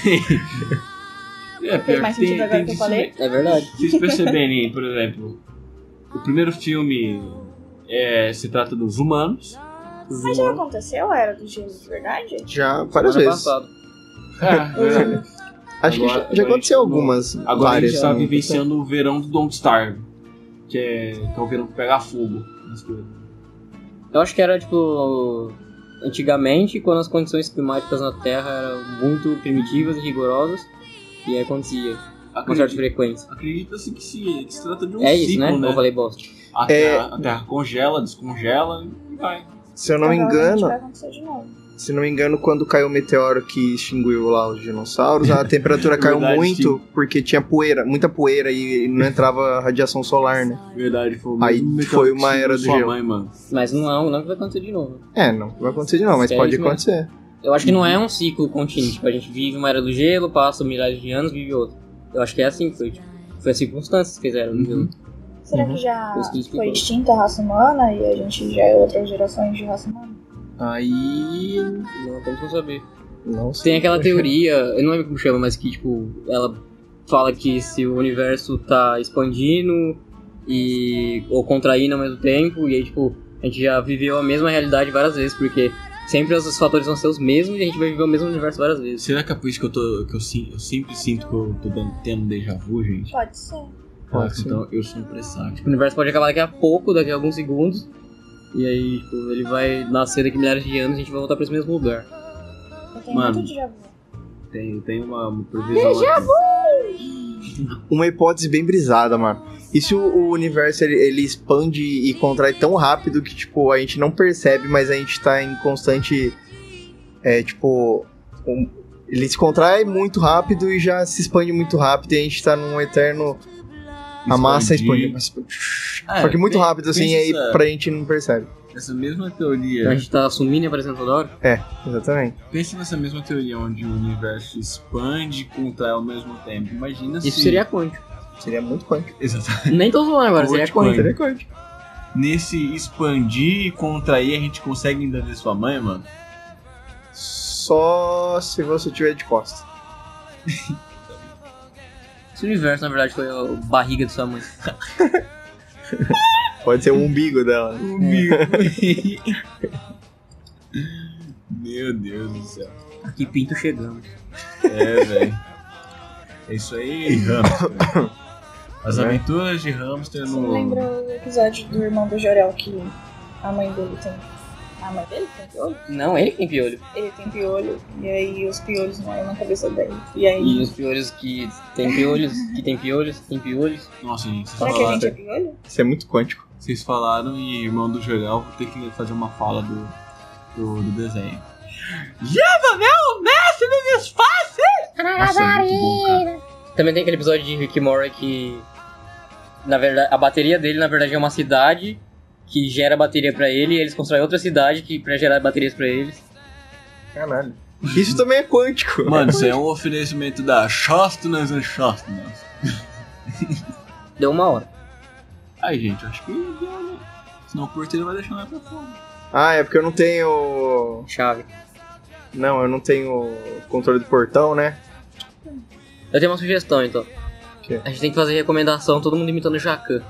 Speaker 1: Fez
Speaker 3: pior
Speaker 1: mais
Speaker 3: que tem,
Speaker 1: sentido agora
Speaker 3: tem
Speaker 1: que eu
Speaker 3: disso
Speaker 1: falei?
Speaker 3: mesmo.
Speaker 2: É verdade.
Speaker 3: Se vocês perceberem, por exemplo, o primeiro filme é, se trata dos humanos. Os
Speaker 1: Mas já
Speaker 3: humanos.
Speaker 1: aconteceu a Era do Gelo, de verdade?
Speaker 4: Já, várias
Speaker 2: Semana
Speaker 4: vezes.
Speaker 2: passada.
Speaker 3: É, verdade.
Speaker 4: Acho que
Speaker 3: Agora-
Speaker 4: já-
Speaker 3: agora
Speaker 4: já,
Speaker 3: a
Speaker 4: aconteceu
Speaker 3: gente-
Speaker 4: algumas.
Speaker 3: Agora a
Speaker 4: várias,
Speaker 3: gente tá
Speaker 4: né?
Speaker 3: vivenciando o verão do Don't Starve, que é, que é o verão que pega fogo nas coisas.
Speaker 2: Eu acho que era tipo. Antigamente, quando as condições climáticas na Terra eram muito primitivas e rigorosas, e aí acontecia com certa
Speaker 3: Acredita-
Speaker 2: frequência.
Speaker 3: Acredita-se que se, que se trata de um
Speaker 2: É
Speaker 3: ciclo,
Speaker 2: isso, né?
Speaker 3: né?
Speaker 2: Eu falei bosta.
Speaker 3: A,
Speaker 4: É.
Speaker 3: terra, a Terra congela, descongela e vai.
Speaker 4: Se eu não me
Speaker 1: Provavelmente
Speaker 4: engano,
Speaker 1: Vai acontecer de novo.
Speaker 4: se não me engano, quando caiu o meteoro que extinguiu lá os dinossauros, a temperatura caiu
Speaker 3: Verdade,
Speaker 4: muito porque tinha poeira, muita poeira e não entrava radiação solar, né?
Speaker 3: Verdade, foi um o
Speaker 4: Aí
Speaker 3: mesmo meteoro
Speaker 4: foi
Speaker 3: que
Speaker 4: uma
Speaker 3: seguiu
Speaker 4: era do
Speaker 3: sua
Speaker 4: gelo.
Speaker 3: mãe, mano.
Speaker 2: Mas um, não, não vai acontecer de novo.
Speaker 4: É, não vai acontecer de novo, mas
Speaker 2: Sério,
Speaker 4: pode
Speaker 2: mano?
Speaker 4: acontecer.
Speaker 2: Eu acho que não é um ciclo contínuo. Tipo, a gente vive uma era do gelo, passa milhares de anos, vive outra. Eu acho que é assim que foi. Tipo, foi as circunstâncias que fizeram o gelo.
Speaker 1: Será que já
Speaker 2: Uhum. Por isso que explicou.
Speaker 1: foi extinta a raça humana e a gente já é outras gerações de raça humana?
Speaker 2: Aí.
Speaker 3: Uhum.
Speaker 2: Não temos como saber.
Speaker 11: Não sei.
Speaker 2: Tem aquela teoria, eu não lembro como chama, mas que, tipo, ela fala que se o universo tá expandindo e. ou contraindo ao mesmo tempo, e aí, tipo, a gente já viveu a mesma realidade várias vezes, porque sempre os fatores vão ser os mesmos e a gente vai viver o mesmo universo várias vezes.
Speaker 3: Será que é por isso que eu tô. que eu, sin- eu sempre sinto que eu tô dando, tendo déjà vu, gente?
Speaker 1: Pode ser.
Speaker 11: Pode ser.
Speaker 3: então eu sou um presságio.
Speaker 2: O universo pode acabar daqui a pouco, daqui a alguns segundos, e aí, tipo, ele vai nascer daqui a milhares de anos e a gente vai voltar pra esse mesmo lugar.
Speaker 1: Eu tenho
Speaker 3: Mano.
Speaker 1: muito déjà vu.
Speaker 3: Tem, tem uma, uma previsão. aqui.
Speaker 4: Uma hipótese bem brisada, mano. E se o, o universo ele, ele expande e contrai tão rápido que, tipo, a gente não percebe, mas a gente tá em constante. É, tipo. um- ele se contrai muito rápido e já se expande muito rápido e a gente tá num eterno. A massa expande.
Speaker 3: Expandir.
Speaker 4: mas- tipo,
Speaker 3: É,
Speaker 4: Só que muito
Speaker 3: pe-
Speaker 4: rápido, assim,
Speaker 3: pensa
Speaker 4: aí
Speaker 2: é.
Speaker 3: essa-
Speaker 4: pra gente não percebe.
Speaker 3: Essa
Speaker 2: Então
Speaker 3: mesma
Speaker 2: a
Speaker 3: teoria.
Speaker 2: gente tá sumindo e aparecendo toda hora.
Speaker 4: Exatamente.
Speaker 3: Pensa nessa mesma teoria onde o universo expande e contrai ao mesmo tempo. Imagina
Speaker 2: Isso
Speaker 3: se.
Speaker 2: seria quântico.
Speaker 4: Seria muito quântico.
Speaker 3: Exatamente.
Speaker 2: Nem tô zoando agora, seria
Speaker 3: Quântico,
Speaker 2: quântico.
Speaker 4: Seria quântico.
Speaker 3: Nesse expandir e contrair, a gente consegue ainda ver sua mãe, mano?
Speaker 4: Só se você tiver de costas.
Speaker 2: Esse universo, na verdade, foi a barriga de sua mãe.
Speaker 4: Pode ser o umbigo dela.
Speaker 3: Meu Deus do céu.
Speaker 2: Aqui pinto chegando.
Speaker 3: É, velho. É isso aí, hamster. As aventuras de hamster
Speaker 1: Você
Speaker 3: no.
Speaker 1: lembra o episódio do irmão do Jorel que a mãe dele tem. A mãe dele tem piolho?
Speaker 2: Não, ele que tem piolho.
Speaker 1: Ele tem piolho, e aí os piolhos não é na cabeça dele. E aí.
Speaker 2: E os piolhos que tem piolhos, que tem piolhos, que tem piolhos.
Speaker 3: Nossa, gente, vocês
Speaker 1: Será que a
Speaker 3: falaram,
Speaker 1: gente é piolho?
Speaker 4: Isso é muito quântico.
Speaker 3: vocês falaram e irmão do Jorel, vou ter que fazer uma fala do, do, do desenho. Leva meu mestre dos faces! Nossa, é muito bom, cara.
Speaker 2: Também tem aquele episódio de Rick Mora que. Na verdade, a bateria dele, na verdade, é uma cidade que gera bateria pra ele e eles constroem outra cidade que, pra gerar baterias pra eles.
Speaker 4: Caralho. Isso também é quântico.
Speaker 3: Mano, isso aí é um oferecimento da Shostness and Shostness.
Speaker 2: Deu uma hora.
Speaker 3: Ai, gente, eu acho que deu, né? Senão o porteiro vai deixar nós pra fora.
Speaker 4: Ah, é porque eu não tenho.
Speaker 2: Chave.
Speaker 4: Não, eu não tenho controle do portão, né?
Speaker 2: Eu tenho uma sugestão, então.
Speaker 4: Quê?
Speaker 2: A gente tem que fazer recomendação, todo mundo imitando o Jacan.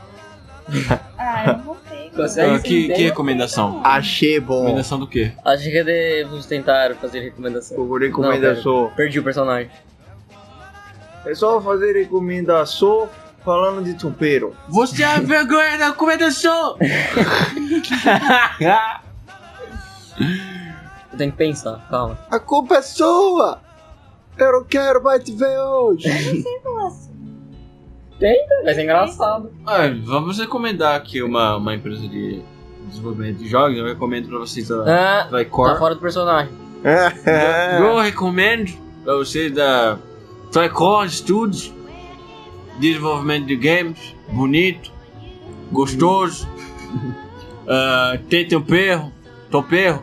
Speaker 1: Ah, eu não vou ter.
Speaker 2: Consegue
Speaker 3: Ah, que, que recomendação?
Speaker 4: Achei bom.
Speaker 3: Recomendação do quê?
Speaker 2: Acho que devemos tentar fazer recomendação.
Speaker 4: Vou recomendação.
Speaker 2: Perdi o personagem.
Speaker 4: É só fazer recomendação falando de tupeiro.
Speaker 3: Você é a vergonha da recomendação!
Speaker 2: Eu tenho que pensar, calma.
Speaker 4: A culpa é sua! Eu não quero mais te ver hoje!
Speaker 2: Vai ser engraçado.
Speaker 3: Ah, vamos recomendar aqui uma, uma empresa de desenvolvimento de jogos. Eu recomendo pra vocês a
Speaker 2: Ah, tá
Speaker 3: Tricor.
Speaker 2: fora do personagem.
Speaker 4: É.
Speaker 3: Eu recomendo pra vocês da Tricor Studios. Desenvolvimento de games. Bonito. Gostoso. Ah, tem teu perro. Teu perro.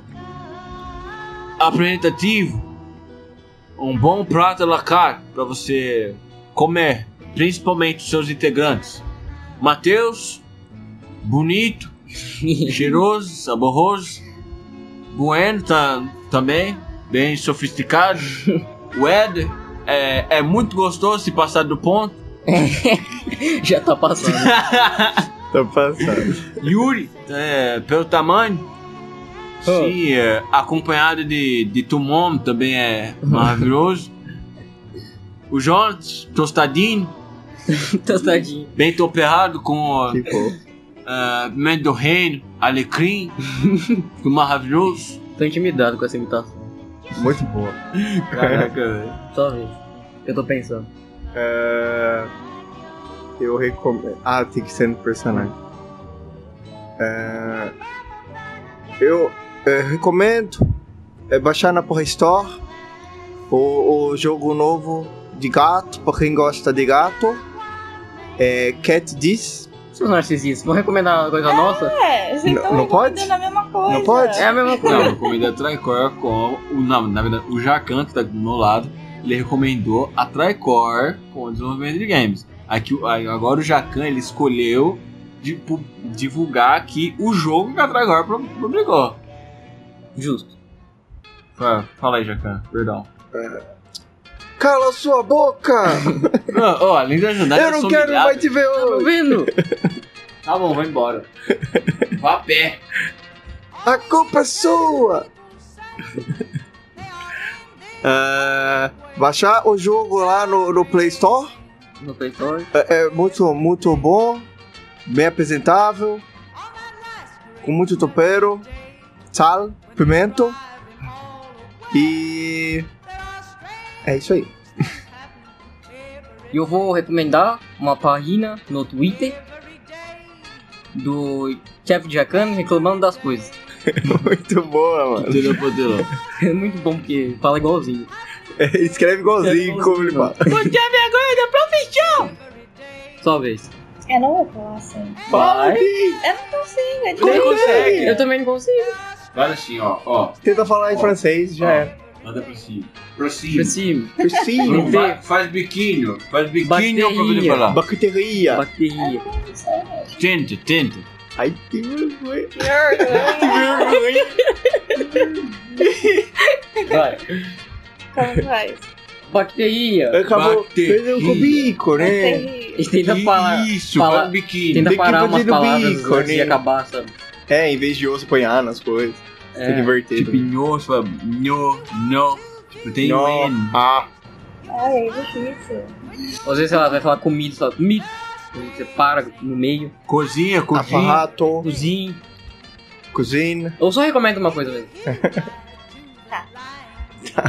Speaker 3: Apresentativo. Um bom prato à la carte pra você comer. Principalmente os seus integrantes. Matheus. Bonito. cheiroso, saboroso. Bueno tá, também, bem sofisticado. O Éder é, é muito gostoso se passar do ponto.
Speaker 2: Já tá passando.
Speaker 4: Tô passando.
Speaker 3: Yuri, é, pelo tamanho. Sim, é, acompanhado de, de Tumom, também é maravilhoso. O Jonas, tostadinho,
Speaker 2: Tostadinho.
Speaker 3: bem toperado com
Speaker 4: Que bom.
Speaker 3: é, pimenta do reino, alecrim, Ficou maravilhoso.
Speaker 2: Tô intimidado com essa imitação.
Speaker 4: Muito boa.
Speaker 3: Caraca, velho.
Speaker 2: Talvez. Eu tô pensando.
Speaker 4: É, Eu recomendo. Ah, tem que ser no personagem. É, Eu é, recomendo é, baixar na Play Store o, o jogo novo de gato, pra quem gosta de gato. É Cat Diz.
Speaker 2: Seus narcisistas, vão recomendar uma coisa nossa?
Speaker 1: É, vocês
Speaker 4: Não-
Speaker 1: estão
Speaker 4: não pode?
Speaker 1: recomendando a mesma coisa.
Speaker 4: Não pode?
Speaker 2: É a mesma coisa.
Speaker 3: Não, comida Tricor com. o- Não, na verdade, o Jacan, que tá do meu lado, ele recomendou a Tricor com o desenvolvimento de games. Aqui, o- aí agora o Jacan ele escolheu de pu- divulgar aqui o jogo que a Tricor pro- publicou.
Speaker 2: Justo.
Speaker 3: Fa- Fala aí, Jacan, perdão.
Speaker 4: Cala sua boca!
Speaker 3: Não, ó, além de ajudar,
Speaker 4: Eu
Speaker 3: eu
Speaker 4: não
Speaker 3: sou
Speaker 4: quero
Speaker 3: humilhado.
Speaker 4: mais te ver
Speaker 2: Tá
Speaker 4: hoje!
Speaker 2: vendo?
Speaker 3: Tá bom, vai embora. Vá a pé.
Speaker 4: A culpa é sua! É, baixar o jogo lá no, no Play Store
Speaker 2: No Play Store.
Speaker 4: é, é muito, muito bom, bem apresentável, com muito topero, sal, pimento e é isso aí.
Speaker 2: E eu vou recomendar uma página no Twitter do chefe de Jacan reclamando das coisas.
Speaker 4: Muito boa, mano.
Speaker 3: Entendeu, poderou?
Speaker 2: É muito bom porque fala igualzinho.
Speaker 4: Ele É, escreve igualzinho
Speaker 3: É
Speaker 4: como ele fala.
Speaker 1: é
Speaker 2: Só vez.
Speaker 1: Eu É, não vou falar assim.
Speaker 2: Vai.
Speaker 1: Eu não consigo, é
Speaker 3: Ele
Speaker 1: difícil.
Speaker 3: consegue.
Speaker 2: Eu também não consigo.
Speaker 3: Vai assim, ó, ó.
Speaker 4: Tenta falar em francês, já é.
Speaker 3: Manda pra cima. Pra
Speaker 2: Pra
Speaker 3: cima.
Speaker 2: cima.
Speaker 4: Sim,
Speaker 3: Não, vai- Faz biquinho. Faz biquinho pra poder
Speaker 2: Bateria.
Speaker 3: falar.
Speaker 4: bacteria.
Speaker 2: Bateria.
Speaker 3: Tenta, tenta.
Speaker 4: Ai, que vergonha.
Speaker 2: Vai.
Speaker 1: Como faz?
Speaker 2: Bacteria.
Speaker 4: Acabou.
Speaker 3: Bacteria.
Speaker 4: Fez um cubico,
Speaker 2: A
Speaker 4: né?
Speaker 1: Terrível.
Speaker 2: gente tenta
Speaker 3: Que
Speaker 2: falar.
Speaker 3: Isso,
Speaker 2: fala-
Speaker 3: faz biquinho.
Speaker 2: Tenta
Speaker 4: Tem que
Speaker 2: parar umas
Speaker 4: fazer no
Speaker 2: palavras
Speaker 4: bico,
Speaker 2: antes de
Speaker 4: né?
Speaker 2: acabar, sabe?
Speaker 4: É, em vez de osso, põe A nas coisas. Tem que
Speaker 2: É.
Speaker 4: inverter.
Speaker 3: Tipo, nho, você fala nho, nho. Tipo, tem
Speaker 4: Nho.
Speaker 3: um N.
Speaker 4: Ah,
Speaker 1: Ai, é difícil.
Speaker 2: Às vezes, sei lá, vai falar comida, só comida. Você para no meio,
Speaker 3: Cozinha, cozinha.
Speaker 4: aparato,
Speaker 2: cozinha.
Speaker 4: cozinha.
Speaker 2: Ou só recomenda uma coisa mesmo.
Speaker 1: Tá.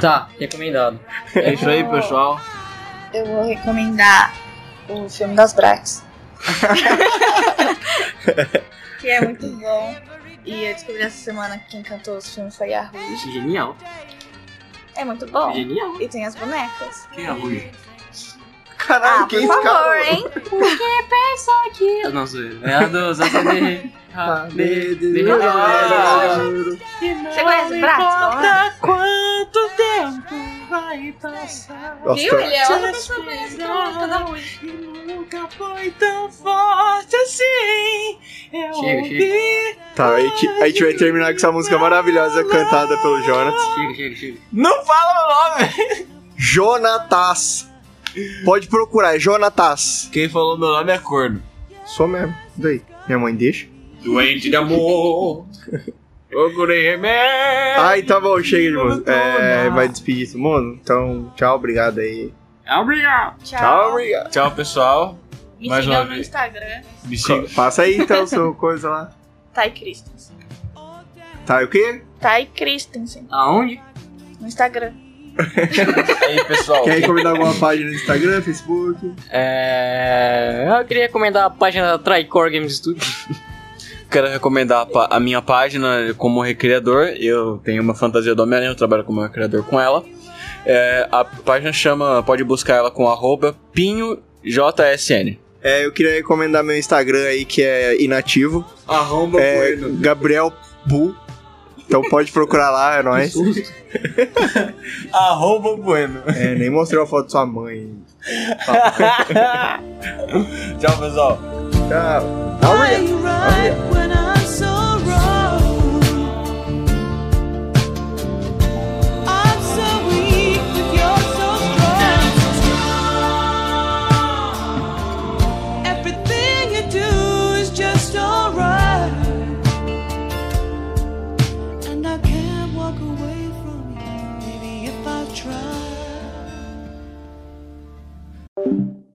Speaker 2: Tá, recomendado.
Speaker 3: É isso aí, pessoal.
Speaker 1: Eu vou recomendar o filme das Brax. que é muito bom. E eu descobri essa semana que quem cantou os filmes foi a Ruge.
Speaker 2: Genial.
Speaker 1: É muito bom.
Speaker 2: Genial.
Speaker 1: E tem as bonecas.
Speaker 3: Quem é Ruge?
Speaker 1: Ah,
Speaker 4: Caralho, que
Speaker 1: por
Speaker 4: esse
Speaker 1: favor,
Speaker 4: cara?
Speaker 1: hein?
Speaker 2: Nossa, é a dos ACD.
Speaker 4: Ah,
Speaker 1: Você conhece Brax? não é?
Speaker 4: Nossa, tá,
Speaker 1: Viu? Ele é outra
Speaker 12: Te
Speaker 1: pessoa que conhece que tá gosta da Ruge.
Speaker 12: Nunca foi tão forte assim. Eu
Speaker 2: Chega,
Speaker 12: ouvi
Speaker 4: Tá, a gente, a gente vai terminar com essa música maravilhosa cantada pelo Jonas.
Speaker 2: Chega, chega, chega.
Speaker 4: Jonatas. Pode procurar, é Jonatas.
Speaker 3: Quem falou meu nome é corno.
Speaker 4: Sou mesmo. Daí, minha mãe deixa.
Speaker 3: Doente de amor. Procurei remédio.
Speaker 4: Ai, tá bom, chega de música. É, vai despedir todo mundo? Então, tchau, obrigado aí.
Speaker 1: Ah.
Speaker 3: Obrigado.
Speaker 4: Tchau,
Speaker 1: Tchau.
Speaker 4: obrigado.
Speaker 3: Tchau, pessoal.
Speaker 1: Me
Speaker 3: Mais
Speaker 1: sigam
Speaker 3: uma
Speaker 1: no
Speaker 3: vez.
Speaker 1: Instagram.
Speaker 3: Me siga.
Speaker 4: Passa aí então sua coisa lá.
Speaker 1: Thay Christensen.
Speaker 4: Tá, e o quê?
Speaker 1: Thay Christensen.
Speaker 2: Aonde?
Speaker 1: No Instagram.
Speaker 3: E aí, pessoal.
Speaker 4: Quer recomendar alguma página no Instagram, Facebook?
Speaker 2: É... Eu queria recomendar a página da Tricor Games Studio.
Speaker 3: Quero recomendar a, pa- a minha página como recriador. Eu tenho uma fantasia do Homem-Aranha, eu trabalho como recriador com ela. É, a página chama, pode buscar ela com arroba pinhojsn.
Speaker 4: É, eu queria recomendar meu Instagram aí que é inativo.
Speaker 3: Arroba
Speaker 4: É Gabriel Bu. Então pode procurar lá, é nóis.
Speaker 3: Arroba bueno.
Speaker 4: É, nem mostrei a foto da sua mãe.
Speaker 3: Tchau, pessoal.
Speaker 4: Tchau.
Speaker 12: Are you right when